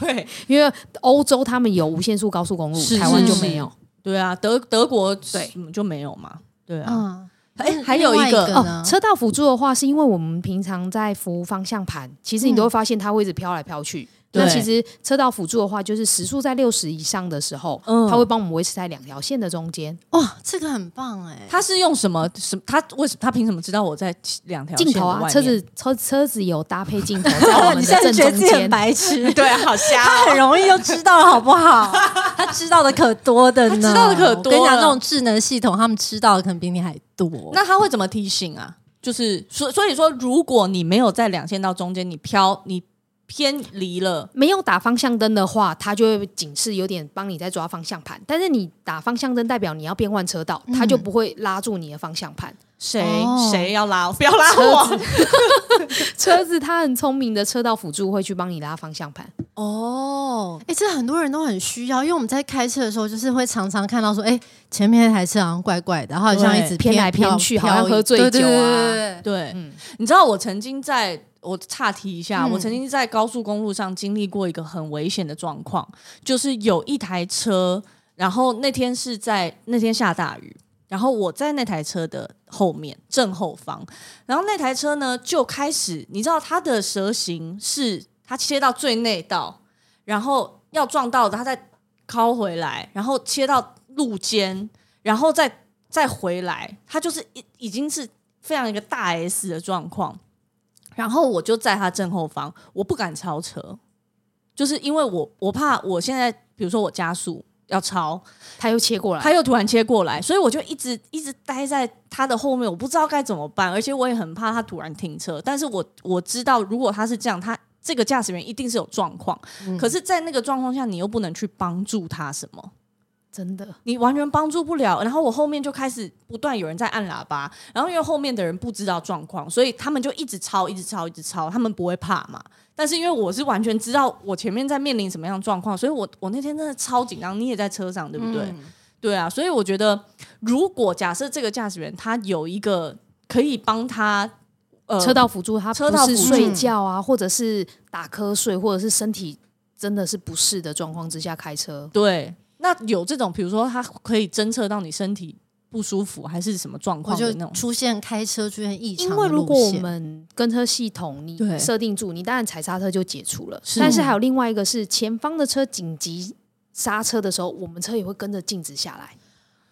S1: 会，
S2: 因为欧洲他们有无限速高速公路，
S1: 是
S2: 台湾就是没有。
S1: 对啊，德德国
S2: 对
S1: 嗯就没有嘛，对啊，
S4: 嗯，
S1: 哎，还有一
S4: 另外一
S1: 个
S4: 个呢
S2: 哦，车道辅助的话，是因为我们平常在扶方向盘，其实你都会发现它会一直飘来飘去。
S1: 对
S2: 那其实车道辅助的话，就是时速在六十以上的时候，
S1: 嗯
S2: 它会帮我们维持在两条线的中间，
S4: 哇，这个很棒哎、
S1: 他是用什么什么？他为什他凭什么知道我在两条线
S2: 镜
S1: 的
S2: 头
S1: 外
S2: 啊，
S1: 面
S2: 车子车车子有搭配 镜头在我们
S4: 你
S2: 的
S4: 现在
S2: 正
S4: 觉得
S2: 中
S4: 自己很
S2: 间。
S4: 白 痴，
S1: 对啊，好瞎哦
S4: 他很容易就知道了，好不好？他知道的可多的呢，
S1: 他知道的可多了
S4: 我跟你讲，这种智能系统，他们知道的可能比你还多。
S1: 那他会怎么提醒啊？就是所所以说，如果你没有在两线道中间，你飘你偏离了，
S2: 没有打方向灯的话，它就会警示，有点帮你在抓方向盘。但是你打方向灯，代表你要变换车道，它就
S1: 嗯
S2: 不会拉住你的方向盘。
S1: 谁
S4: 哦
S1: 谁、要拉 我？不要拉我！
S2: 车子它很聪明的，车道辅助会去帮你拉方向盘。
S1: 哦，
S4: 哎、这很多人都很需要，因为我们在开车的时候，就是会常常看到说，哎、前面那台车好像怪怪的，它好像一直
S2: 对偏来偏
S4: 飘
S2: 去
S4: 飘
S2: 好像喝醉
S4: 对对
S2: 酒啊
S4: 对对对对
S1: 对，
S2: 嗯
S1: 你知道我曾经在。我岔题一下，
S4: 嗯
S1: 我曾经在高速公路上经历过一个很危险的状况，就是有一台车，然后那天是在那天下大雨，然后我在那台车的后面正后方，然后那台车呢就开始，你知道它的蛇形是它切到最内道，然后要撞到的，它再靠回来，然后切到路肩，然后再再回来，它就是已已经是非常一个大 S 的状况。然后我就在它正后方，我不敢超车，就是因为我我怕我现在比如说我加速要超，
S2: 它又切过来，
S1: 他又突然切过来，所以我就一直一直待在他的后面，我不知道该怎么办，而且我也很怕他突然停车。但是我我知道，如果他是这样，他这个驾驶员一定是有状况。可是，在那个状况下，你又不能去帮助他什么，
S2: 真的
S1: 你完全帮助不了。然后我后面就开始不断有人在按喇叭，然后因为后面的人不知道状况，所以他们就一直超，一直超，一直超，他们不会怕嘛。但是因为我是完全知道我前面在面临什么样的状况，所以我我那天真的超紧张。你也在车上，对不对？
S4: 嗯
S1: 对啊，所以我觉得，如果假设这个驾驶员他有一个可以帮他呃
S2: 车道辅助，它
S1: 车
S2: 不
S1: 道
S2: 是
S1: 辅嗯
S4: 助
S2: 睡觉啊，或者是打瞌睡，或者是身体真的是不适的状况之下开车，
S1: 对，那有这种，比如说他可以侦测到你身体不舒服还是什么状
S4: 我
S1: 况的那
S4: 就
S1: 种，
S4: 出现开车出现异常
S2: 因
S4: 的路
S2: 为如
S4: 线。
S2: 果我们跟车系统
S1: 对
S2: 你设定住，你当然踩刹车就解除了，
S1: 是
S2: 但是还有另外一个是前方的车紧急刹车的时候，我们车也会跟着静止下来。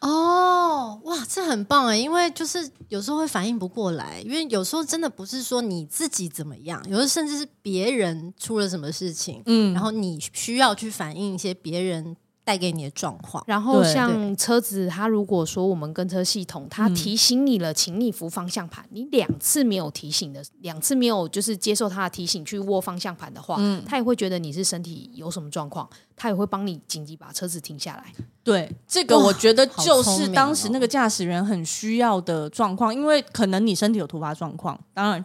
S4: 哦，哇，这很棒哎，因为就是有时候会反应不过来，因为有时候真的不是说你自己怎么样，有时候甚至是别人出了什么事情，
S1: 嗯，
S4: 然后你需要去反映一些别人带给你的状况。
S2: 然后
S1: 对
S2: 像车子，它如果说我们跟车系统，它
S1: 嗯
S2: 提醒你了，请你扶方向盘，你两次没有提醒的，两次没有就是接受它的提醒去握方向盘的话，
S1: 嗯
S2: 它也会觉得你是身体有什么状况，它也会帮你紧急把车子停下来。
S1: 对，这个
S4: 哇
S1: 我觉得
S4: 好
S1: 就
S4: 聪
S1: 是
S4: 明
S1: 当时
S4: 哦
S1: 那个驾驶员很需要的状况，因为可能你身体有突发状况，当然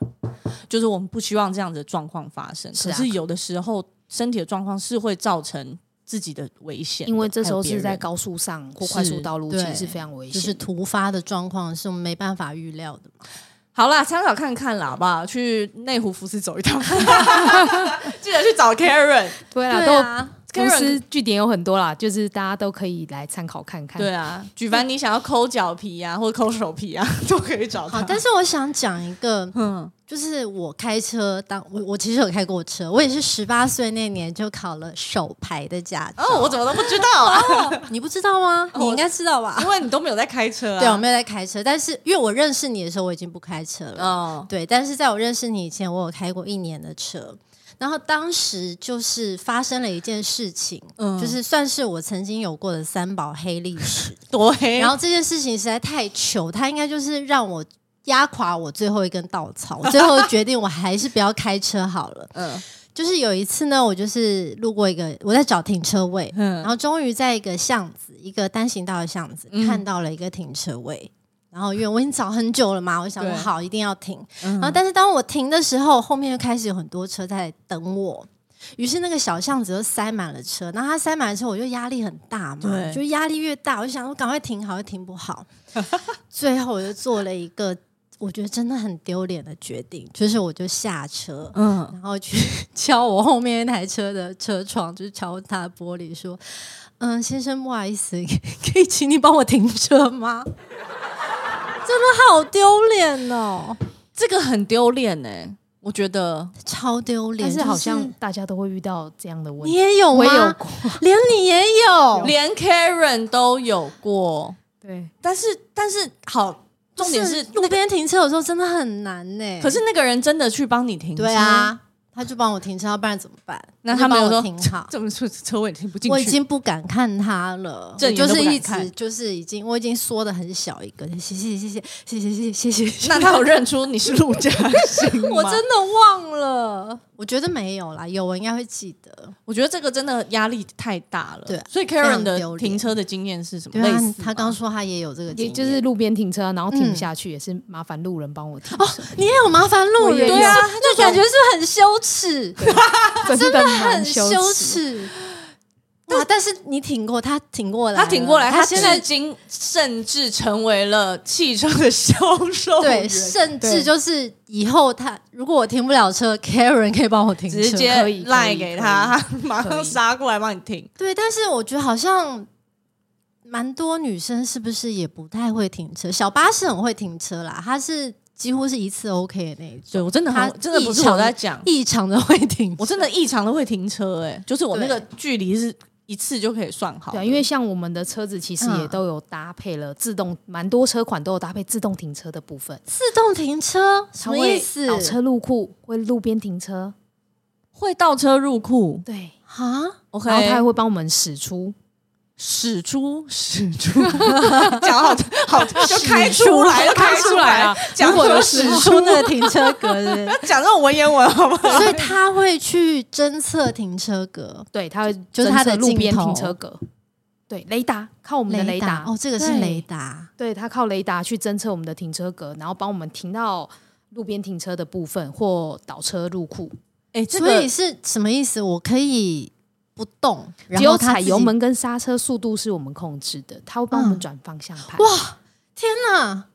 S1: 就是我们不希望这样子的状况发生。
S2: 是啊
S1: 可是有的时候身体的状况是会造成自己的危险的，
S2: 因为这时候
S1: 还有别
S2: 是在
S1: 人
S2: 高速上或快速
S1: 是
S2: 道路，其
S4: 对
S2: 实是非常危
S4: 就是
S2: 险的。
S4: 突发的状况是我们没办法预料的嘛。
S1: 好啦，参考看看啦，好不好？去内湖福斯走一趟， 记得去找 Karen。
S2: 对啦，
S4: 对啊，
S2: 都公
S1: Karen-
S2: 司据点有很多啦，就是大家都可以来参考看看。
S1: 对啊，举凡你想要抠脚皮啊，或抠手皮啊， 都可以找他。
S4: 好，但是我想讲一个，
S1: 嗯，
S4: 就是我开车当我我其实有开过车，我也是十八岁那年就考了手牌的驾照。
S1: 哦，我怎么都不知道啊？
S4: 你不知道吗？
S1: 哦
S4: 你应该知道吧
S1: 因？为你都没有在开车啊。
S4: 对，我没有在开车，但是因为我认识你的时候，我已经不开车了。
S1: 哦，
S4: 对，但是在我认识你以前，我有开过一年的车。然后当时就是发生了一件事情，
S1: 嗯
S4: 就是算是我曾经有过的三宝黑历 史。
S1: 多黑。
S4: 然后这件事情实在太糗，它应该就是让我压垮我最后一根稻草。我最后决定我还是不要开车好了。
S1: 嗯
S4: 就是有一次呢，我就是路过一个，我在找停车位，
S1: 嗯
S4: 然后终于在一个巷子，一个单行道的巷子，
S1: 嗯
S4: 看到了一个停车位。然后因为我已经找很久了嘛，我想说
S1: 对
S4: 好一定要停。
S1: 嗯
S4: 然后但是当我停的时候，后面又开始有很多车在等我。于是那个小巷子就塞满了车，然后它塞满了车，我就压力很大嘛，
S1: 对
S4: 就压力越大，我就想说赶快停好，又停 不好。最后我就做了一个我觉得真的很丢脸的决定，就是我就下车，
S1: 嗯，
S4: 然后去 敲我后面那台车的车窗，就是敲他的玻璃，说：“嗯，先生，不好意思， 可以请你帮我停车吗？”真的好丢脸哦，
S1: 这个很丢脸呢，我觉得
S4: 超丢脸！
S2: 但是
S4: 就
S2: 好像大家都会遇到这样的问
S4: 你
S2: 题，
S4: 也有吗？
S2: 我也有 过，
S4: 连你也有，
S1: 连 Karen 都有过，
S2: 对，
S1: 但是但是好，重点是
S4: 就，路边停车有时候真的很难呢、
S1: 可是那个人真的去帮你停车，
S4: 对，啊，他就帮我停车，要不然怎么办？
S1: 那
S4: 他
S1: 他没
S4: 帮
S1: 有
S4: 我
S1: 说
S4: 停 好。
S1: 这么说车位停不进去，
S4: 我已经不敢看他了，我
S1: 正眼
S4: 就
S1: 都不
S4: 是
S1: 敢
S4: 一直
S1: 看
S4: 就是已经我已经缩的很小一个，谢谢谢谢谢谢谢谢谢谢，
S1: 那他有认出你是陆嘉欣吗？
S4: 我真的忘了，我觉得没有啦，有我应该会记得，
S1: 我觉得这个真的压力太大了。
S4: 对啊
S1: 所以
S4: 非常
S1: Karen
S4: 丢
S1: 的
S4: 脸
S1: 停车的经验是什么？
S4: 对
S1: 类
S4: 啊
S1: 似吗，
S4: 他刚说他也有嗯这个经
S2: 也
S4: 验，
S2: 就是路边停车，然后停不下去，也是麻烦路人帮我停。
S4: 你也有麻烦路
S2: 我也
S4: 人，
S2: 有
S4: 对啊，就感觉是不是很羞耻，
S2: 真的很
S4: 很羞。耻。哇！但是你挺过，他挺过来了，
S1: 他挺过来，
S4: 他
S1: 他
S4: 现
S1: 现
S4: 在
S1: 在经甚至成为了汽车的销售
S4: 对，
S1: 员，
S4: 甚至
S2: 对
S4: 就是以后他如果我停不了车，Karen 可以帮我停车，
S1: 直接
S2: 可以可以
S1: 赖给他，他马上杀过来帮你停。
S4: 对，但是我觉得好像蛮多女生是不是也不太会停车？小巴是很会停车啦，她是几乎是一次 OK 的那一种，
S1: 对我真的
S4: 他
S1: 很真的不是
S4: 异常
S1: 我在讲，
S4: 异常的会停车。
S1: 我真的异常的会停车，哎，就是我那个距离是一次就可以算好的。
S2: 对啊，因为像我们的车子其实也
S4: 嗯
S2: 都有搭配了自动，蛮多车款都有搭配自动停车的部分。
S4: 自动停车什
S2: 它
S4: 么
S2: 会
S4: 意思？
S2: 倒车入库，会路边停车，
S1: 会倒车入库
S2: 对，
S4: 啊？
S1: ，OK，
S2: 然后它还会帮我们驶出，
S1: 使出使出，讲好好就开出来，开出来啊！讲
S4: 如果有
S1: 有
S4: 驶
S1: 使出，
S4: 出那个停车 格是不是
S1: 讲这种文言文好不 好？
S4: 所以他会去侦测停车格。
S2: 对，它会
S4: 就是它的
S2: 侦测路边
S4: 镜头
S2: 停车格，对，雷达靠我们的雷达，
S4: 哦，这个是
S2: 对
S4: 雷达，
S2: 对，它靠雷达去侦测我们的停车格，然后帮我们停到路边停车的部分或倒车入库，
S1: 哎，这
S4: 所以
S1: 个
S4: 是什么意思？我可以不动，然
S2: 只有
S4: 后它
S2: 踩
S4: 自己
S2: 油门跟刹车速度是我们控制的，它会帮我
S4: 嗯
S2: 们转方向盘。
S4: 哇，天哪，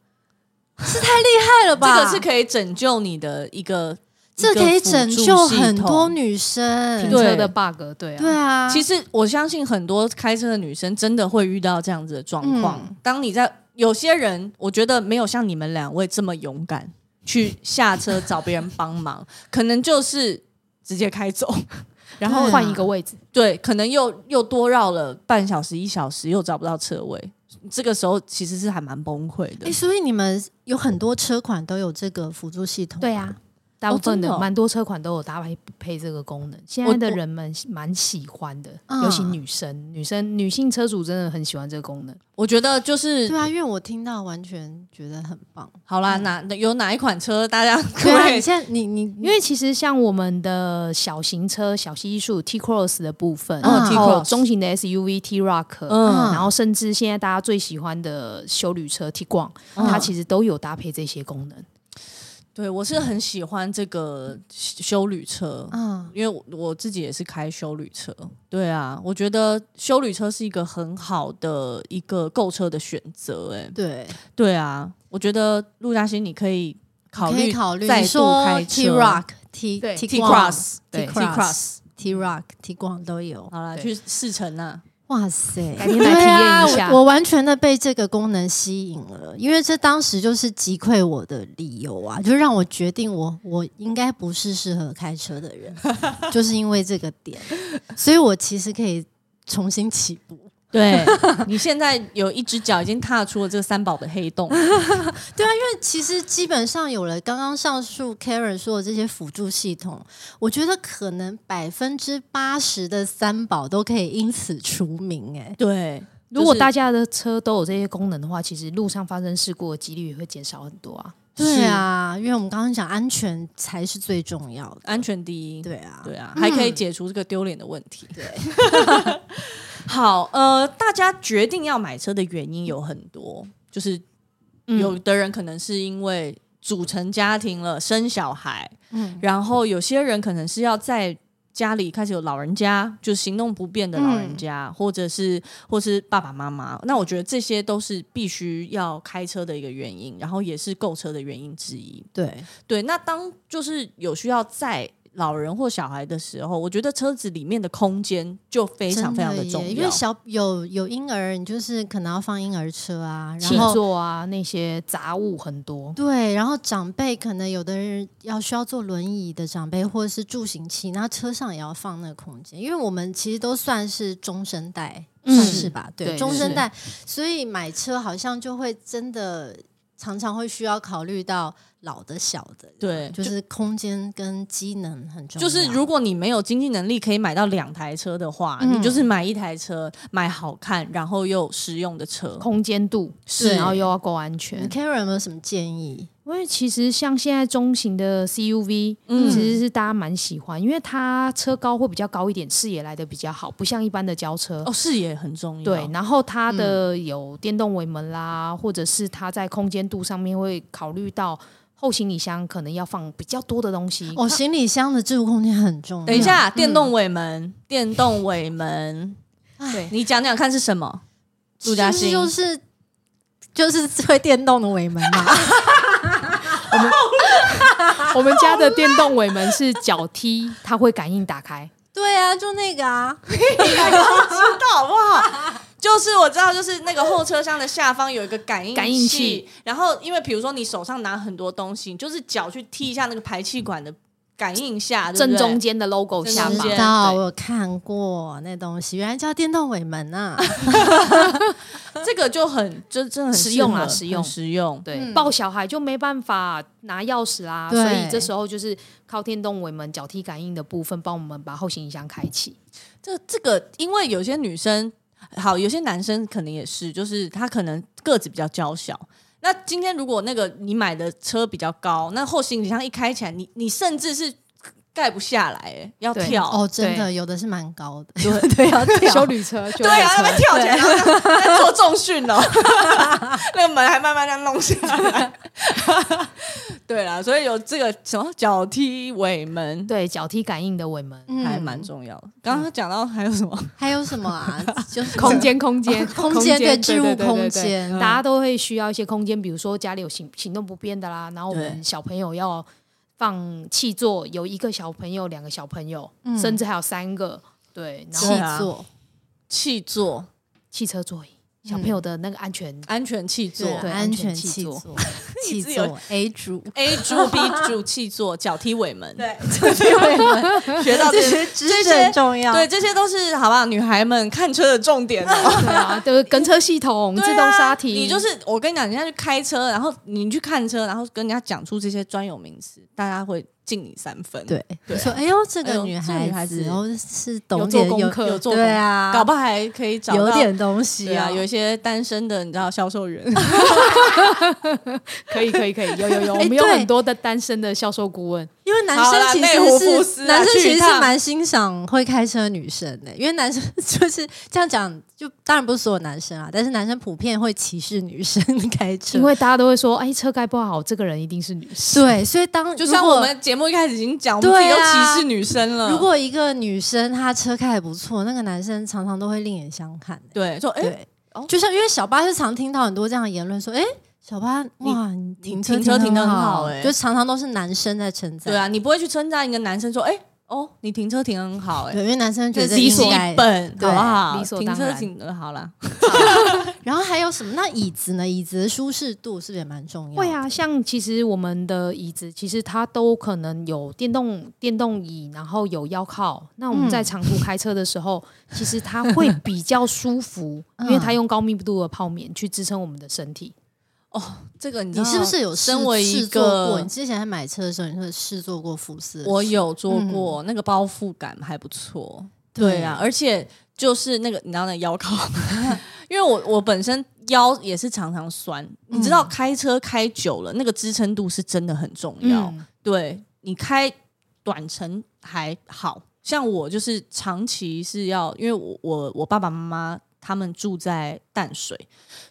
S4: 是太厉害了
S1: 这
S4: 吧！
S1: 个是可以拯救你的一个，
S4: 这
S1: 一个
S4: 可以
S1: 辅助
S4: 拯救
S1: 系统
S4: 很多。女
S2: 停
S4: 生，
S2: 车的 bug，对啊，
S4: 对啊，
S1: 其实我相信很多开车的女生真的会遇到这样子的状况。
S4: 嗯
S1: 当你在有些人，我觉得没有像你们两位这么勇敢去下车找别人帮忙， 可能就是直接开走， 然
S2: 然
S1: 后
S2: 后
S4: 对啊
S2: 换一个位置，
S1: 对，可能又又多绕了半小时、一小时，又找不到车位，这个时候其实是还蛮崩溃的。
S4: 哎、所以你们有很多车款都有这个辅助系统，
S2: 对啊，大部分
S1: 真的
S2: 的
S1: 哦
S2: 蛮多车款都有搭配配这个功能，现在的人们蛮喜欢的
S4: 嗯，
S2: 尤其女生，女生女性车主真的很喜欢这个功能。
S1: 我觉得就是
S4: 对啊，因为我听到完全觉得很棒。
S1: 好啦，哪有哪一款车大家
S4: 对 啊，
S1: 可
S4: 你
S1: 以
S4: 现在你你
S2: 因为其实像我们的小型车、小溪数 T Cross 的部分，
S1: 嗯
S2: 然后
S1: T-Cross
S2: 中型的 SUV T Rock，
S1: 嗯
S2: 然后甚至现在大家最喜欢的修旅车 T 逛，
S1: 嗯
S2: 它其实都有搭配这些功能。
S1: 对我是很喜欢这个修旅车。
S4: 嗯，
S1: 因为我我自己也是开修旅车，对啊，我觉得修旅车是一个很好的一个购车的选择，哎，
S4: 对，
S1: 对啊，我觉得陆嘉欣你可以考
S4: 可以
S1: 虑
S4: 考虑
S1: 再
S4: 你
S1: 度
S4: 说
S1: 开
S4: T
S1: 车
S4: Rock T
S2: 对
S1: T
S4: Cross
S1: Cross
S2: 对
S1: T Cross，
S4: T Rock T 光都有。
S1: 好了，
S2: 对
S1: 去试乘啊，
S4: 哇塞！
S2: 改天来体验一下
S4: 对啊我，我完全的被这个功能吸引了，因为这当时就是击溃我的理由啊，就让我决定我我应该不是适合开车的 人，就是因为这个点，所以我其实可以重新起步。
S1: 对你现在有一只脚已经踏出了这个三宝的黑洞，
S4: 但其实基本上有了刚刚上述 Karen 说的这些辅助系统，我觉得可能百分之八十的三宝都可以因此除名、哎，
S1: 对，
S2: 如果
S1: 就是
S2: 大家的车都有这些功能的话，其实路上发生事故的几率也会减少很多啊。
S4: 对啊，因为我们刚刚讲安全才是最重要的，
S1: 安全第一，
S4: 对啊，
S1: 对啊，还可以解除这个丢脸的问题。对，
S4: 嗯
S1: 好，呃，大家决定要买车的原因有很多，就是
S2: 嗯
S1: 有的人可能是因为组成家庭了，生小孩，
S4: 嗯，
S1: 然后有些人可能是要在家里开始有老人家，就行动不便的老人家，
S4: 嗯
S1: 或者是或是爸爸妈妈。那我觉得这些都是必须要开车的一个原因，然后也是购车的原因之一。
S4: 对，
S1: 对，那当就是有需要载老人或小孩的时候，我觉得车子里面的空间就非常非常的
S4: 真
S1: 重
S4: 耶
S1: 要，
S4: 因为小有有婴儿，你就是可能要放婴儿车啊，
S2: 气
S4: 然后。
S2: 座啊那些杂物很多。
S4: 对，然后长辈可能有的人要需要坐轮椅的长辈，或者是助行器，那车上也要放那个空间，因为我们其实都算是中生代，
S2: 嗯
S4: 算是吧？对，
S2: 对
S4: 中生
S2: 是
S4: 代，所以买车好像就会真的常常会需要考虑到老的、小的，
S1: 对，就
S4: 就
S1: 是
S4: 是空间跟机能很重
S1: 就
S4: 要。
S1: 是如果你没有经济能力可以买到两台车的话，
S4: 嗯
S1: 你就是买一台车，买好看然后又实用的车。
S2: 空间度
S4: 是
S2: 然后又要够安
S4: 你
S2: 全。
S4: Karen 有没有什么建议？
S2: 因为其实像现在中型的 CUV，
S1: 嗯
S2: 其实是大家蛮喜欢，因为它车高会比较高一点，视野来的比较好，不像一般的轿车。
S1: 哦，嗯视野很重要。
S2: 对，然后它的有电动尾门啦，或者是它在空间度上面会考虑到后行李箱可能要放比较多的东西。
S4: 哦，行李箱的置物空间很重要。
S1: 等一下，
S4: 嗯
S1: 电动尾门，电动尾门，
S2: 对
S1: 你讲讲看是什么？
S4: 是
S1: 陆
S4: 不
S1: 嘉
S4: 是
S1: 欣
S4: 就是就是会电动的尾门嘛？
S1: 啊
S2: 我们 家的电动尾门是脚踢，它会感应打开。
S4: 对啊，就那个啊，
S1: 知道好不好？就是我知道，就是那个后车厢的下方有一个感应
S2: 感应器，
S1: 然后因为比如说你手上拿很多东西，你就是脚去踢一下那个排气管的感应下，啊对不
S2: 正
S1: 对
S2: 中间的 logo
S1: 正
S2: 下
S1: 中
S2: 方
S1: 间
S4: 知，道
S1: 对
S4: 我有看过那东西，原来叫电动尾门啊。
S1: 这个就很就真的很
S2: 实用啊
S1: 适合
S2: 实用
S1: 很实用。
S2: 对，
S4: 嗯
S2: 抱小孩就没办法拿钥匙啦，
S4: 对
S2: 所以这时候就是靠电动尾门脚踢感应的部分，帮我们把后行李箱开启。
S1: 这这个，因为有些女生好，有些男生可能也是，就是他可能个子比较娇小。那今天如果那个你买的车比较高，那后行李箱一开起来，你你甚至是盖不下来、哎要
S2: 对
S1: 跳。
S4: 哦，真的，有的是蛮高的，
S1: 对
S4: 对，要跳。
S2: 旅车，
S1: 对啊，他们跳起来，然后在做重训 哦，那个门还慢慢这样弄下来。 对啦，所以有这个什么脚踢尾门，
S2: 对脚踢感应的尾门，
S4: 嗯
S1: 还蛮重要的。刚刚讲到还有什么？
S4: 还有什么啊？就是
S2: 空间空间
S4: 空间对置物
S2: 对对
S4: 空。
S2: 对对
S4: 间
S2: 对，大家都会需要一些空间，比如说家里有行行动不便的啦，然后我
S1: 对
S2: 们小朋友要放气座，有一个小朋友、两个小朋友，
S4: 嗯
S2: 甚至还有三个，对，然
S4: 气
S2: 后
S1: 对啊
S4: 座，
S1: 气座，
S2: 汽车座椅，小朋友的那个安全
S1: 安全气座
S4: 嗯对，
S2: 对
S4: 安全
S2: 安全
S4: 气
S2: 气座
S4: 座，
S1: 你
S4: 气
S1: 自由
S4: 座 A 柱，
S1: ，A 柱 B 柱气座，脚踢尾门，
S4: 对，
S1: 学到这
S4: 这
S1: 些。
S4: 些知识很重要。
S1: 对，，这些都是好不好？女孩们看车的重点哦、
S2: 对啊，就是跟车系 统、
S1: 对啊
S2: 自动刹停，
S1: 你就是我跟你讲，人家去开车，然后你去看车，然后跟人家讲出这些专有名词，大家会敬你三分。
S4: 对，
S1: 对
S4: 你
S1: 啊
S4: 说哎呦，这
S1: 哎
S4: 个
S1: 呦
S4: 女
S1: 这个女孩
S4: 孩
S1: 子
S4: 子哦是
S2: 有
S4: 懂
S2: 做
S4: 点有
S2: 功课，
S1: 有做
S4: 对啊，
S1: 搞不好还可以找到
S4: 有点啊东西
S1: 对啊，
S4: 哦
S1: 有一些单身的，你知道销售员，
S2: 可以可以可以，有有 有，
S4: 哎
S2: 我们有
S4: 对
S2: 很多的单身的销售顾问，
S4: 因为男
S1: 好啦
S4: 生其
S1: 内湖福
S4: 实
S1: 斯
S4: 是
S1: 啊
S4: 男生
S1: 去一
S4: 其实
S1: 趟
S4: 是蛮欣赏会开车的女生的、因为男生 就是这样讲，就当然不是所有男生啊，但是男生普遍会歧视女生开车，
S2: 因为大家都会说，哎，车盖不好，这个人一定是女生。
S4: 对，所以当
S1: 就
S4: 如
S1: 像
S4: 果
S1: 我们节目一开始已经讲，我们自己
S4: 对
S1: 都
S4: 啊
S1: 歧视女生了。
S4: 如果一个女生她车开的不错，那个男生常常都会另眼相看、欸，
S1: 对说，哎、
S4: 对，
S1: 哦
S4: 就像因为小巴是常听到很多这样的言论，说哎。小巴，哇，你停车
S1: 停车停得
S4: 得
S1: 很好
S4: 好，
S1: 欸
S4: 就常常都是男生在称赞，
S1: 对啊，你不会去称赞一个男生说，哎、哦，你停车停得很好、哎，
S4: 对，因为男生觉
S1: 这
S4: 得
S1: 是
S4: 应
S1: 基
S4: 该
S1: 本，
S4: 对
S1: 好不好？
S2: 理所
S1: 停
S2: 当
S1: 车
S2: 然
S1: 停得好啦，
S4: 然后还有什么？那椅子呢？椅子的舒适度是不是也蛮重要？
S2: 会，啊，像其实我们的椅子，其实它都可能有电动电动椅，然后有腰靠。那我们
S4: 嗯
S2: 在长途开车的时候， 其实它会比较舒服，因为它用高密度的泡棉去支撑我们的身体。
S1: 这个你知
S4: 你
S1: 道
S4: 是不是有试
S1: 身为一
S4: 试坐过？
S1: 个
S4: 你之前在买车的时候，你是试坐过福斯？
S1: 我有做
S2: 嗯
S1: 过，那个包覆感还不错。
S4: 对
S1: 对啊，而且就是那个你知道那腰 靠，因为我我本身腰也是常常酸，你知
S2: 嗯
S1: 道开车开久了，那个支撑度是真的很重要。
S2: 嗯，
S1: 对你开短程还好像我就是长期是要，因为我我我爸爸妈妈他们住在淡水，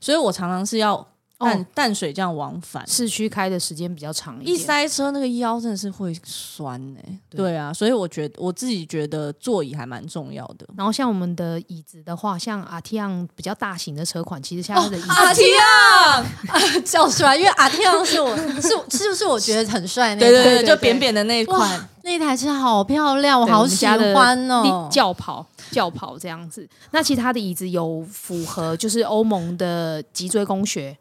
S1: 所以我常常是要淡、
S2: 哦
S1: 淡水这样往返，
S2: 市区开的时间比较长
S1: 一
S2: 一点。
S1: 塞车那个腰真的是会酸哎、
S2: 对
S1: 对啊，所以我觉得我自己觉得座椅还蛮重要的。
S2: 然后像我们的椅子的话，像阿提昂比较大型的车款，其实现在的椅子、
S4: 阿提
S1: 亚，
S4: 叫出来，因为阿天昂是我是是就是我觉得很帅 那
S1: 对
S4: 一
S1: 对
S4: 款
S1: 对，
S2: 对
S1: 就
S2: 对
S1: 扁扁的那一款
S4: 哇，，那台车好漂亮，我
S2: 对
S4: 好
S2: 我们
S4: 喜
S2: 家的
S4: 欢哦
S2: 立。轿跑、轿跑这样子。那其他的椅子有符合就是欧盟的脊椎工学，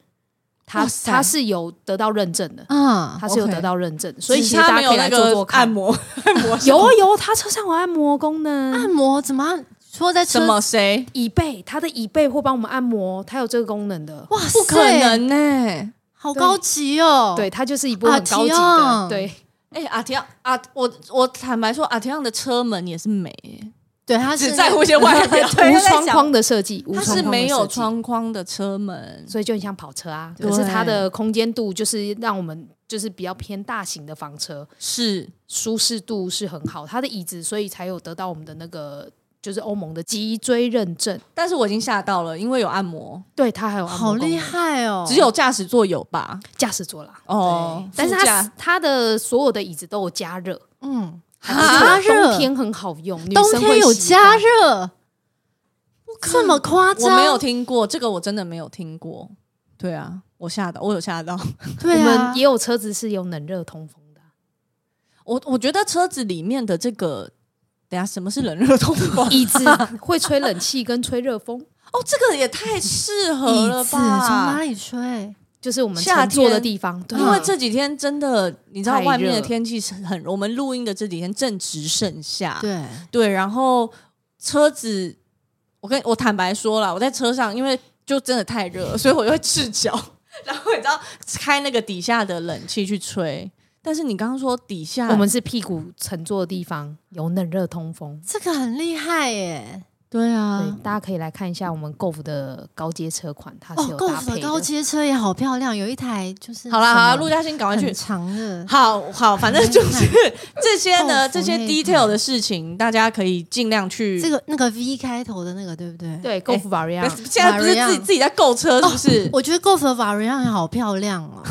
S2: 它
S1: 哇塞
S2: 它是有得到认证的，
S4: 啊，
S2: 它是有
S1: OK
S2: 得到认证的，所以
S1: 只
S2: 其
S1: 是
S2: 实
S1: 它
S2: 大
S1: 没
S2: 家可
S1: 有
S2: 以
S1: 那
S2: 来做
S1: 个
S2: 做看。
S1: 按摩按摩
S2: 有啊有，它车上有按摩功能，
S4: 按摩怎么按说在车
S1: 什么谁？
S2: 椅背，它的椅背会帮我们按摩，它有这个功能的。
S4: 哇塞，
S1: 不可能呢、欸
S4: 好高级哦！
S2: 对，，它就是一部很高级
S4: 啊提昂
S2: 的， 对，
S1: 哎、阿提亚阿，我我坦白说，阿提亚的车门也是美、欸，
S4: 对，它是
S1: 只在乎一些 外表， 对
S2: 无窗，框的设计，无
S1: 它
S2: 窗
S1: 是
S2: 框的
S1: 没有
S2: 设计，
S1: 窗框的车门。
S2: 所以就很像跑车啊。
S1: 对
S2: 可是它的空间度就是让我们就是比较偏大型的房车，
S1: 是
S2: 舒适度是很好，它的椅子所以才有得到我们的那个就是欧盟的脊椎认证，
S1: 但是我已经吓到了，因为有按摩，
S2: 对，它还有按摩
S4: 好
S2: 功能
S4: 厉，害哦！
S1: 只有驾驶座有吧？
S2: 驾驶座啦。
S1: 哦
S2: 对，但是
S1: 副驾
S2: 它它的所有的椅子都有加热，
S4: 嗯，
S2: 还
S4: 加
S2: 不错
S4: 热
S2: 冬，天很好用，女
S4: 冬
S2: 生会
S4: 天有
S2: 喜欢
S4: 加热，这么夸
S1: 我
S4: 张？
S1: 没有听过这个，我真的没有听过。对啊，我吓到，我有吓到。
S4: 对
S2: 我
S4: 啊
S2: 们也，有车子是有冷热通风的啊，
S1: 我我觉得车子里面的这个，等一下什么是冷热通风？
S2: 椅子会吹冷气跟吹热风，
S1: 哦，这个也太适合
S4: 椅
S1: 了
S4: 子从哪
S1: 吧！
S4: 里吹？
S2: 就是我们
S1: 夏
S2: 乘坐的
S1: 天
S2: 地方，对
S1: 因为这几天真的，你知道
S2: 太热
S1: 外面的天气是很，我们录音的这几天正值盛夏，
S4: 对，
S1: 对，然后车子，我跟我坦白说了，我在车上因为就真的太热了，所以我就会赤脚， 然后你知道开那个底下的冷气去吹。但是你刚刚说底下
S2: 我们是屁股乘坐的地方有冷热通风。
S4: 这个很厉害
S1: 对
S4: 耶！
S2: 对
S4: 哦
S1: 啊，，
S2: 大家可以来看一下我们 Golf 的高阶车款，它是
S4: 哦
S2: 有搭
S4: ，Golf
S2: 配
S4: 的高阶车也好漂亮，有一台就是
S1: 好啦好啦，陆
S4: 家
S1: 嘉欣赶快去
S4: 很。长的，嗯
S1: 好好，反正就是这些呢，
S4: 豆腐
S1: 这些
S4: 那一
S1: detail 的事情，大家可以尽量去。
S4: 这个那个 V 开头的那个，对不对？，
S2: 对 Golf Variant，、
S1: 现在不是自己
S4: Marianne
S1: 自己在购车，是不是？
S4: 我觉得 Golf 的 Variant 好漂亮哦。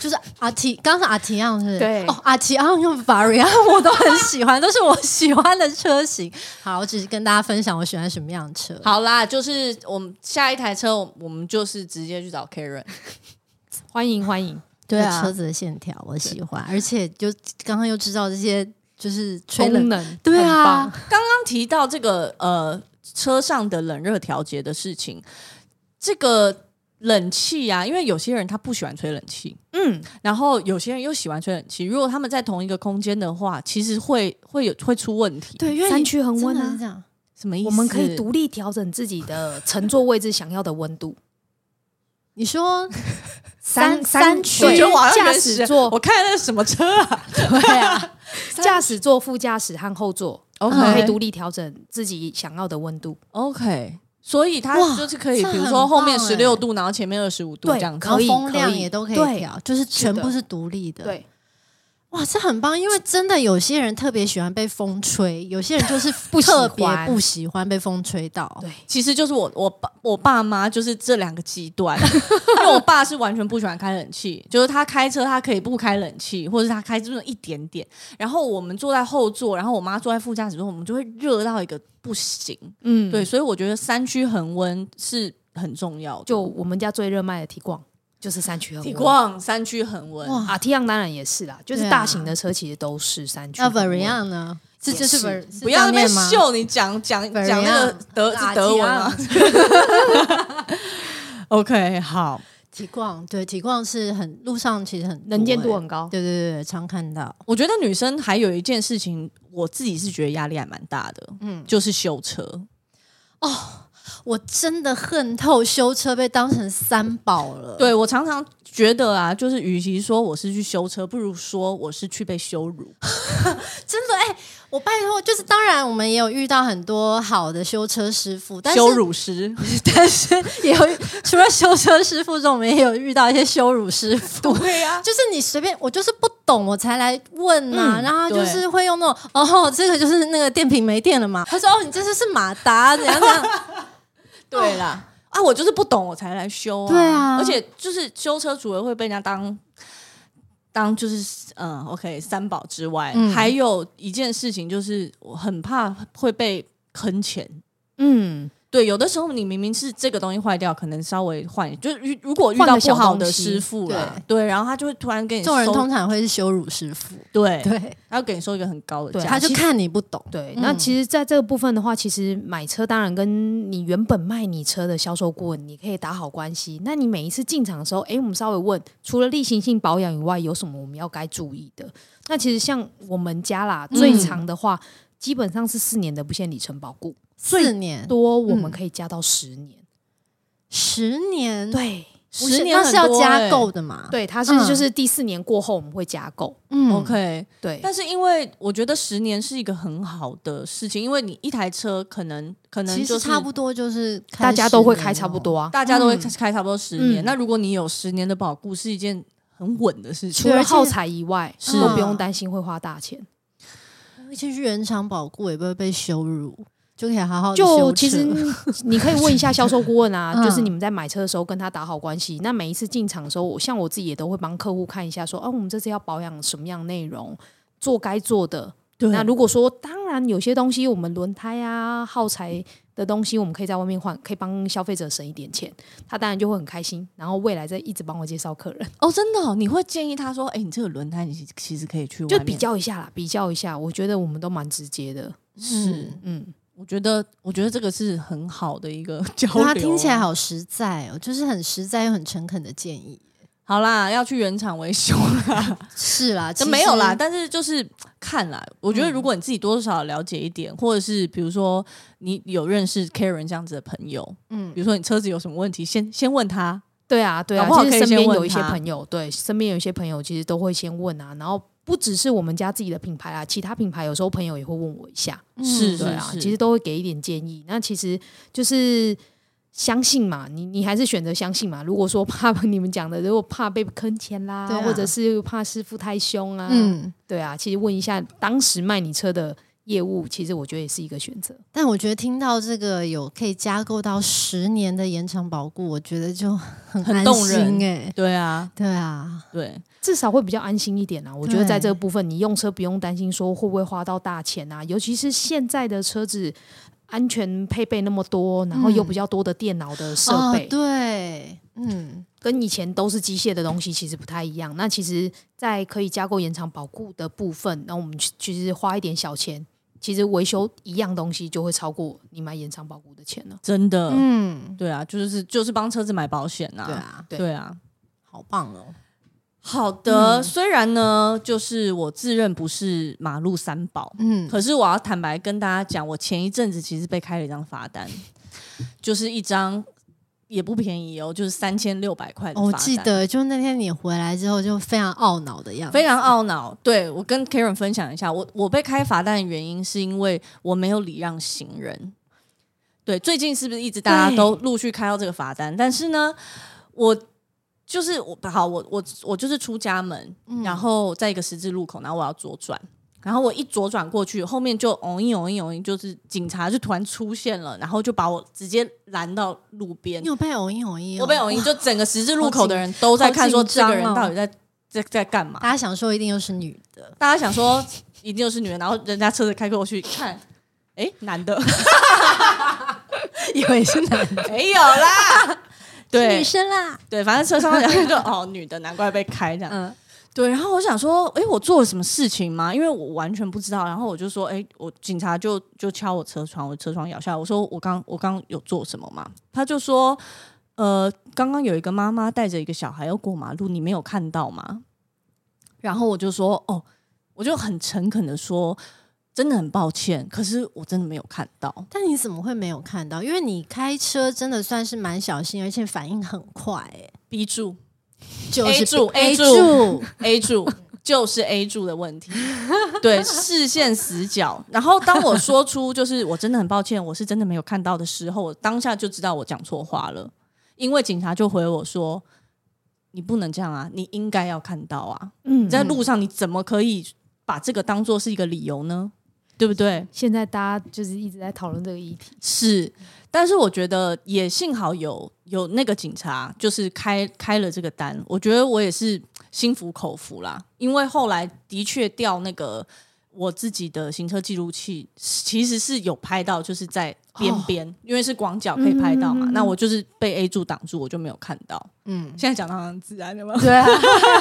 S4: 就是阿提，刚刚是阿提昂是不是？
S2: 对
S4: 哦，阿提昂跟 Variant 我都很喜欢，都是我喜欢的车型。好，我只是跟大家分享我喜欢什么样的车。
S1: 好啦，就是我们下一台车，我我们就是直接去找 Karen。
S2: 欢迎欢迎，
S1: 对啊
S4: 那车子的线条我喜欢，而且就刚刚又知道这些就是吹
S2: 功
S4: 冷，
S2: 能
S4: 对
S2: 很
S4: 啊
S2: 棒，
S1: 刚提到这个呃车上的冷热调节的事情，这个冷气啊，因为有些人他不喜欢吹冷气，
S2: 嗯，
S1: 然后有些人又喜欢吹冷气，如果他们在同一个空间的话，其实会会有会出问题。，
S4: 对，因为
S2: 山
S4: 你
S2: 区恒温
S4: 真的是
S2: 啊
S4: 这，样
S1: 什么意思？
S2: 我们可以独立调整自己的乘坐位置想要的温度。
S4: 你 说
S2: 三
S4: 三
S2: 三
S4: 区
S2: 区
S1: 我觉得我好像
S2: 驾
S1: 原始
S2: 驶座
S1: 我看那是什么车啊？
S4: 对啊，
S2: 驾驶座、副驾驶和后座
S1: OK
S2: 我们可以独立调整自己想要的温度。
S1: OK，所以它
S4: 哇
S1: 就是可以，
S4: 这很
S1: 比如说后面
S4: 棒
S1: 十
S4: 欸
S1: 六度，然后前面二十五度
S2: 对
S1: 这样子
S4: 然。后
S2: 可以
S4: 风量
S2: 可以
S4: 也都可以
S2: 对
S4: 调，就是全部是独立的。，
S2: 对，
S4: 哇，这很棒，因为真的有些人特别喜欢被风吹，有些人就是
S2: 不喜
S4: 特
S2: 欢
S4: 别 不喜欢被风吹到。
S2: 对，
S1: 其实就是我我爸我爸妈就是这两个极端， 因为我爸是完全不喜欢开冷气，就是他开车他可以不开冷气，或者是他开这么一点点。然后我们坐在后座，然后我妈坐在副驾驶座，我们就会热到一个不行。
S2: 嗯，
S1: 对，，所以我觉得山区恒温是很重要的。
S2: 就我们家最热卖的提逛就是三区恒温。
S1: 体况山区恒温，
S4: 哇
S2: 啊，T 样当然也是啦，就是
S4: 对啊
S2: 大型的车其实都是三区
S4: 那
S2: 恒温。
S4: Variant 呢？这这
S2: 也
S4: 是
S2: 是
S4: Var- 是
S1: 不要
S4: 这样
S1: 那边
S4: 念吗
S1: 秀，你讲讲
S4: 本人
S1: 讲那个
S4: 啊
S1: 德
S4: 打
S1: 是德文啊。OK，好，
S4: 体况对体况是很路上其实很
S2: 能见度
S4: 多欸
S2: 很高。
S4: 对对对对，常看到。
S1: 我觉得女生还有一件事情，我自己是觉得压力还蛮大的，嗯，就是修车。
S4: 我真的恨透修车被当成三宝了。
S1: 对我常常觉得啊，就是与其说我是去修车，不如说我是去被羞辱。
S4: 真的哎、我拜托，就是当然我们也有遇到很多好的修车师傅， 但是
S1: 羞辱师，
S4: 但是也有 除了修车师傅中，我们也有遇到一些羞辱师傅。
S1: 对 呀、
S4: 就是你随便，我就是不懂，我才来问呐、
S1: 嗯
S4: 然后就
S1: 对
S4: 是会用那种哦，这个就是那个电瓶没电了嘛。他说哦，你这就是马达，怎样怎样。
S1: 对啦。啊，我就是不懂我才来修啊。
S4: 对啊
S1: 而且就是修车除了会被人家当当就是嗯，OK 三宝之外，
S4: 嗯
S1: 还有一件事情就是我很怕会被坑钱。
S2: 嗯，
S1: 对，有的时候你明明是这个东西坏掉，可能稍微换，就是如如果遇
S2: 换
S1: 到
S2: 个
S1: 不
S2: 小
S1: 好
S2: 东
S1: 的
S2: 西
S1: 师傅了，对，然后他就会突然给你
S4: 这种人
S1: 收
S4: 通常会是羞辱师傅，
S1: 对，
S4: 对，
S1: 他要给你收一个很高的
S2: 对
S1: 价，
S4: 他就
S2: 其实
S4: 看你不懂，
S2: 对。
S4: 嗯
S2: 那其实，在这个部分的话，其实买车当然跟你原本卖你车的销售顾问，你可以打好关系。那你每一次进场的时候，诶，我们稍微问，除了例行性保养以外，有什么我们要该注意的？那其实像我们家啦，
S4: 嗯
S2: 最长的话，基本上是四年的不限里程保固，
S4: 四年、
S2: 多我们可以加到十年。
S4: 十年，
S2: 对
S4: 不是
S1: 十年
S4: 那是要
S1: 很多
S4: 加
S1: 欸
S4: 购的嘛？，
S2: 对，它
S4: 嗯
S2: 是就是第四年过后我们会加购。
S4: 嗯
S1: OK，
S2: 对，
S1: 但是因为我觉得十年是一个很好的事情，因为你一台车可能可能
S4: 其
S1: 就
S4: 实
S1: 是
S4: 差不多就是开
S2: 大家都会开
S4: 10年
S2: 差不
S4: 哦
S2: 多啊。
S1: 大家都会
S4: 嗯
S1: 开差不多十年。
S2: 嗯
S1: 那如果你有十年的保固，是一件很稳的事情。
S2: 除
S4: 对
S2: 了
S4: 而且
S2: 耗材以外，
S1: 是
S2: 都不用担心会花大钱。
S4: 其实原厂保固也不会被羞辱，就可以好
S1: 哦
S4: 好地修
S2: 就
S4: 车
S2: 其实 你可以问一下销售顾问啊，
S4: 嗯
S2: 就是你们在买车的时候跟他打好关系。那每一次进场的时候，我像我自己也都会帮客户看一下说啊，我们这次要保养什么样的内容，做该做的。
S1: 对
S2: 那如果说当然有些东西，我们轮胎啊、耗材的东西，我们可以在外面换，可以帮消费者省一点钱，他当然就会很开心，然后未来再一直帮我介绍客人。
S1: 哦，真的哦、你会建议他说：“哎、你这个轮胎，你其其实可以去外
S2: 就
S1: 面
S2: 比较一下啦，比较一下，我觉得我们都蛮直接的。
S1: 是。
S4: 嗯
S2: 嗯，
S1: 我觉得，我觉得这个是很好啊的一个 交流。
S4: 对他啊听起来好实在哦，就是很实在又很诚恳的建议。
S1: 好啦，要去原厂维修啦，
S4: 是啦， 其
S1: 这
S4: 实嗯
S1: 没有啦，但是就是看啦。我觉得如果你自己多多少少了解一点，或者是比如说你有认识 Karen 这样子的朋友，
S4: 嗯
S1: 比，如说你车子有什么问题，先先问他。
S2: 对啊，对
S1: 搞
S2: 啊，
S1: 不好
S2: 其
S1: 可
S2: 实
S1: 以
S2: 身边
S1: 先问
S2: 有一些
S1: 他
S2: 朋友，对，身边有一些朋友其实都会先问啊，然后不只是我们家自己的品牌啦，其他品牌有时候朋友也会问我一下，
S4: 嗯
S1: 是
S2: 对啊，其实都会给一点建议。那其实就是相信嘛，你你还是选择相信嘛。如果说怕你们讲的，如果怕被坑钱啦，
S4: 对啊
S2: 或者是怕师傅太凶啊，
S4: 嗯，
S2: 对啊，其实问一下当时卖你车的业务，其实我觉得也是一个选择。
S4: 但我觉得听到这个有可以加购到十年的延长保固，我觉得就很
S1: 很
S4: 安
S1: 动人
S4: 心哎、
S1: 对啊，
S4: 对啊，
S1: 对，
S2: 至少会比较安心一点啦。啊我觉得在
S4: 对
S2: 这个部分，你用车不用担心说会不会花到大钱啊，尤其是现在的车子安全配备那么多，然后又比较多的电脑的设备，
S4: 嗯哦、对，嗯，
S2: 跟以前都是机械的东西，其实不太一样。那其实，在可以加购延长保固的部分，那我们其其实花一点小钱。其实维修一样东西就会超过你买延长保固的钱 了。
S1: 真的，
S4: 嗯，
S1: 对啊，就是就是帮车子买保险啊。
S4: 对，啊，
S2: 对
S1: 对啊。
S4: 好棒哦，
S1: 好的，
S4: 嗯
S1: 虽然呢，就是我自认不是马路三宝，
S4: 嗯，
S1: 可是我要坦白跟大家讲，我前一阵子其实被开了一张罚单，就是一张也不便宜哦，就是三千六百块的
S4: 哦
S1: 罚
S4: 我
S1: 单。
S4: 记得就那天你回来之后就非常懊恼的样子，
S1: 非常懊恼。对我跟 Karen 分享一下，我我被开罚单的原因是因为我没有礼让行人。对，最近是不是一直大家
S2: 对
S1: 都陆续开到这个罚单？但是呢，我就是我好，我我我就是出家门，然后在一个十字路口，然后我要左转。然后我一左转过去，后面就哦一哦一哦一，就是警察就突然出现了，然后就把我直接拦到路边
S4: 你。有被偶一偶一、哦，
S1: 我被哦一，就整个十字路口的人都在看，说这个人到底在在在干嘛？
S4: 大家想说一定又是女的，
S1: 大家想说一定又是女人，然后人家车子开过去看， 哎、男的
S4: 以为是男的，
S1: 没有啦，
S4: 是
S1: 对
S4: 女生啦，
S1: 对，反正车上人就哦女的，难怪被开这样。
S4: 嗯
S1: 对，然后我想说，哎、我做了什么事情吗？因为我完全不知道。然后我就说，哎、我警察就就敲我车窗，我车窗摇下来，我说我刚我刚有做什么吗？他就说，呃，刚刚有一个妈妈带着一个小孩要过马路，你没有看到吗？然后我就说，哦，我就很诚恳的说，真的很抱歉，可是我真的没有看到。
S4: 但你怎么会没有看到？因为你开车真的算是蛮小心，而且反应很快、欸，
S1: B 柱
S4: 就
S1: A
S4: 是
S1: 柱
S4: A
S1: A
S4: 柱
S1: 柱 A 柱就是 A 柱的问题，对视线死角。然后当我说出就是我真的很抱歉，我是真的没有看到的时候，我当下就知道我讲错话了，因为警察就回我说：“你不能这样啊，你应该要看到啊，
S2: 嗯
S1: 你在路上你怎么可以把这个当做是一个理由呢？”对不对？
S2: 现在大家就是一直在讨论这个议题，
S1: 是，但是我觉得也幸好有有那个警察，就是开开了这个单，我觉得我也是心服口服啦。因为后来的确调那个我自己的行车记录器，其实是有拍到，就是在边边，因为是广角可以拍到嘛。那我就是被 A 柱挡住，我就没有看到。
S4: 嗯，
S1: 嗯现在讲的好像自然了吗？
S4: 对啊，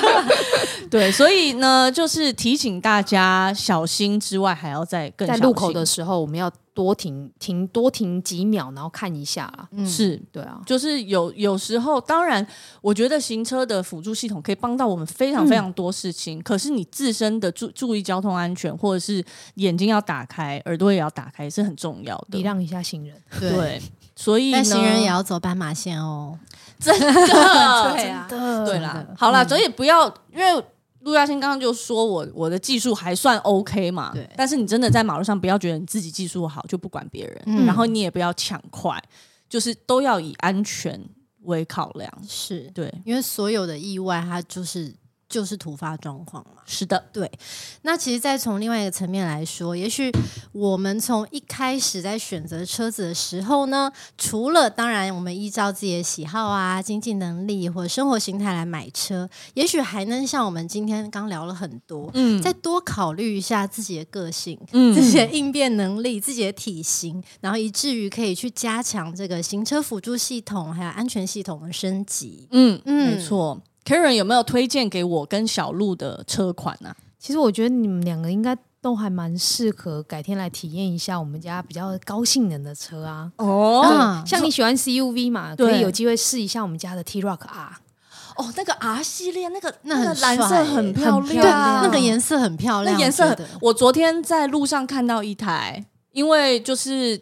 S1: 对，所以呢，就是提醒大家小心之外，还要再更
S2: 在
S1: 小
S2: 路口
S1: 心
S2: 的时候，我们要多停停多停几秒，然后看一下啦。
S1: 是
S2: 对啊，
S1: 就是有有时候，当然，我觉得行车的辅助系统可以帮到我们非常非常多事情。可是你自身的注注意交通安全，或者是眼睛要打开，耳朵也要打开，是很重要
S2: 礼
S1: 的。
S2: 让一下 行人。
S4: 对。
S1: 对，所以呢
S4: 但 行人也要走斑马线哦。
S1: 真的
S2: 对啊
S1: 对
S2: 对
S1: 啦
S4: 真，的嗯
S1: 好啦，所以不要因为。陆嘉欣刚刚就说我我的技术还算 OK 嘛，
S4: 对
S1: 但是你真的在马路上不要觉得你自己技术好就不管别人，
S4: 嗯
S1: 然后你也不要抢快，就是都要以安全为考量。
S4: 是
S1: 对，
S4: 因为所有的意外，它就是就是突发状况嘛。
S1: 是的，
S4: 那其实，再从另外一个层面来说，也许我们从一开始在选择车子的时候呢，除了当然我们依照自己的喜好啊、经济能力或生活形态来买车，也许还能像我们今天刚聊了很多，
S1: 嗯
S4: 再多考虑一下自己的个性、
S1: 嗯
S4: 自己的应变能力、自己的体型，然后以至于可以去加强这个行车辅助系统还有安全系统的升级。
S1: 嗯
S4: 嗯
S1: 没错。Karen 有没有推荐给我跟小鹿的车款啊？
S2: 其实我觉得你们两个应该都还蛮适合改天来体验一下我们家比较高性能的车啊。
S1: 哦
S4: 嗯
S2: 像你喜欢 CUV 嘛，
S1: 对
S2: 可以有机会试一下我们家的 T Rock R，
S1: 哦，那个 R 系列，那个
S4: 那
S1: 个
S4: 很
S1: 蓝
S4: 帅
S1: 色很漂
S2: 很
S1: 亮，啊
S2: 漂亮
S4: 那个颜色很漂亮，
S1: 那颜色
S4: 我
S1: 很
S4: 觉得，
S1: 我昨天在路上看到一台，因为就是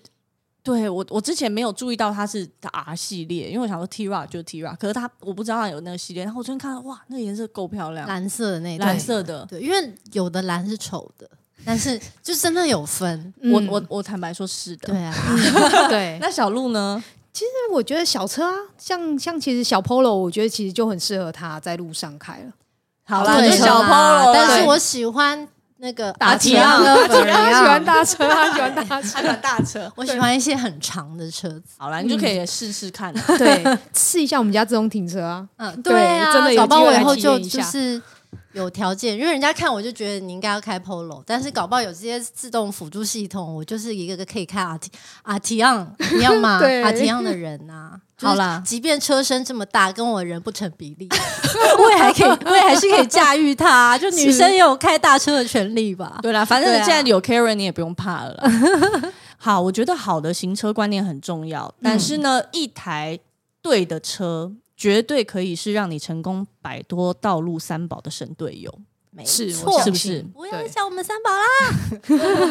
S1: 对我我之前没有注意到它是 R 系列，因为我想说 T R 就是 T R，可是它我不知道它有那个系列，然后我昨天看到哇，那个颜色够漂亮，
S4: 蓝色的那一
S1: 蓝
S4: 段
S1: 色的。
S4: 对，因为有的蓝是丑的，但是就真的 有分。
S1: 我
S2: 嗯
S1: 我我坦白说是的。
S4: 对啊，
S2: 对，
S1: 那小鹿呢？
S2: 那我觉得小车啊，像像其实小 Polo，我觉得其实就很适合他在路上开了。
S1: 好
S2: 啦
S1: 啦，
S4: 对
S1: 就
S2: 就是
S4: 啦
S1: 小 Polo，
S4: 但
S1: 啦
S4: 是我喜欢那个啊
S1: 大
S4: 提
S1: 提 昂
S4: 的本
S2: 他喜欢
S4: 人，
S2: 大车，他喜欢大车
S1: 还。蛮大车。
S4: 我喜欢一些很长的车子。
S1: 好啦，你就可以试试看 啊。
S2: 对，试一下我们家自动停车啊。
S4: 嗯，
S2: 对
S4: 啊，
S2: 真的有
S4: 搞不好
S2: 机会
S4: 我以
S2: 来
S4: 后
S2: 体
S4: 就
S2: 验一
S4: 就
S2: 下
S4: 是。有条件，因为人家看我就觉得你应该要开 Polo，但是搞不好有这些自动辅助系统，我就是一个个可以开阿提阿提昂一样 吗？
S2: 对
S4: 阿提昂的人呐、
S1: 好啦
S4: 就是即便车身这么大，跟我人不成比例， 我也还可以，我也还是可以驾驭它、啊就女生也有开大车的权利吧？
S1: 对啦，反正
S4: 对啊
S1: 现在有 Karen，你也不用怕 了啦。好，我觉得好的行车观念很重要，但是呢，一台对的车绝对可以是让你成功摆脱道路三宝的神队友，
S4: 没
S2: 是
S4: 错，
S1: 是不是？
S4: 不要
S2: 对
S4: 笑我们三宝啦！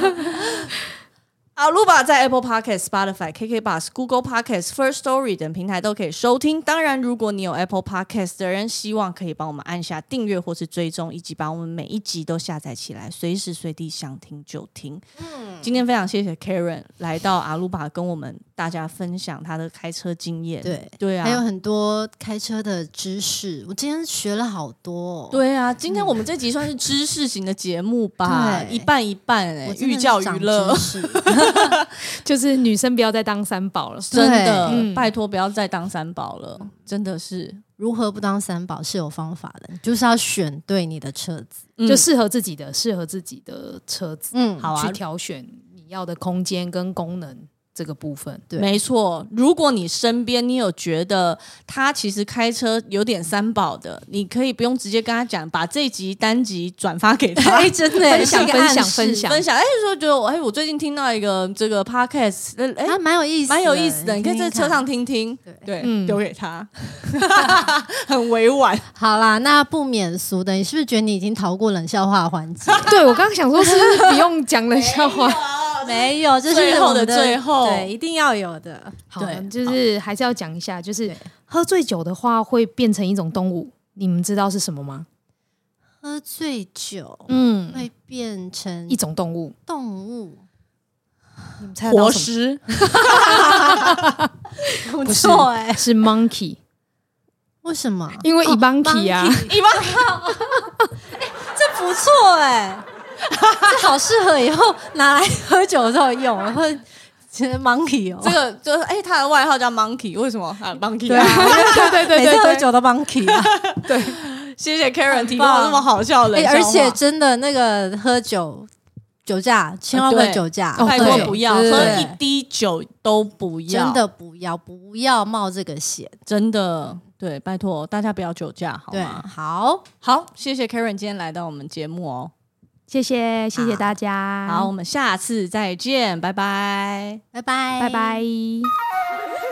S1: 阿鲁巴在 Apple Podcast、Spotify、KK Bus、Google Podcast、First Story 等平台都可以收听。当然，如果你有 Apple Podcast 的人，希望可以帮我们按下订阅或是追踪，以及把我们每一集都下载起来，随时随地想听就听。嗯，今天非常谢谢 Karen 来到阿鲁巴跟我们大家分享她的开车经验。
S4: 对
S1: 对
S4: 还有
S1: 啊，
S4: 很多开车的知识，我今天学了好多、哦。
S1: 对啊，今天我们这集算是知识型的节目吧，
S4: 对
S1: 一半一半哎、
S4: 我真的是
S1: 寓教于
S4: 长
S1: 乐
S4: 知。识，
S2: 就是女生不要再当三宝了。
S1: 真的，
S2: 对嗯
S1: 拜托不要再当三宝了，真的是。
S4: 如何不当三宝是有方法的，你就是要选对你的车子。
S1: 嗯
S2: 就适合自己的，适合自己的车子，
S4: 嗯
S1: 好啊
S2: 去挑选你要的空间跟功能这个部分。
S4: 对
S1: 没错，如果你身边你有觉得他其实开车有点三宝的，你可以不用直接跟他讲，把这集单集转发给他。
S4: 真
S2: 分
S4: 是
S2: 享
S4: 一个
S2: 分
S4: 暗
S2: 享
S4: 示
S2: 分 享
S1: 分享，哎，说觉得我哎，我最近听到一个这个 podcast，呃哎，
S4: 啊，蛮有意思，
S1: 蛮有意思的，你可以
S4: 听
S1: 在
S4: 听
S1: 车上
S4: 看。
S1: 听听，
S4: 对
S1: 对，
S2: 嗯
S1: 丢给他， 很委 婉，
S4: 好啦，那不免俗的，你是不是觉得你已经逃过冷笑话环 节？
S2: 对我刚刚想说，是不是不用讲冷笑话？
S4: 没有，这
S1: 最
S4: 是
S1: 后
S4: 我们
S1: 的最后
S4: 对，一定要有的。
S2: 好
S1: 对，
S2: 就是还是要讲一下，就是
S4: 对
S2: 喝醉酒的话会变成一种动物，你们知道是什么吗？
S4: 喝醉酒
S2: 嗯，
S4: 会变成
S2: 一种动物，
S4: 动物，
S2: 你们猜得到
S1: 活
S2: 什
S1: 尸，
S4: 不
S2: 不是
S4: 哎
S2: 么？，是 monkey，
S4: 为什么？
S2: 啊 因为 i b a n k i 啊，
S1: 一般
S4: 不错哎、这好适合以后拿来喝酒的时候用，然后觉得 monkey 哦
S1: 这， 个就是哎、他的外号叫 Monkey，为什么啊？Monkey
S4: 对啊，
S2: 对对对
S4: 每次喝
S2: 对对，
S4: 酒都 monkey 啊。
S1: 谢谢 Karen 提供
S4: 棒
S1: 这么好笑的冷笑
S4: 哎
S1: 话、
S4: 而且真的那个喝酒酒驾，千万不
S1: 对
S4: 能酒驾，
S2: 哦
S1: 拜
S2: 对
S1: 托不要
S4: 对
S1: 喝
S4: 对
S1: 一滴酒都不要，
S4: 真的不要不要冒这个险。
S1: 真的对，拜托大家不要酒驾好
S2: 啊
S4: 对，
S1: 吗？
S4: 好，
S1: 好，谢谢 Karen 今天来到我们节目哦。
S2: 谢谢谢谢大家，
S1: 好，我，们下次再见，拜拜。
S4: 拜拜，
S2: 拜拜。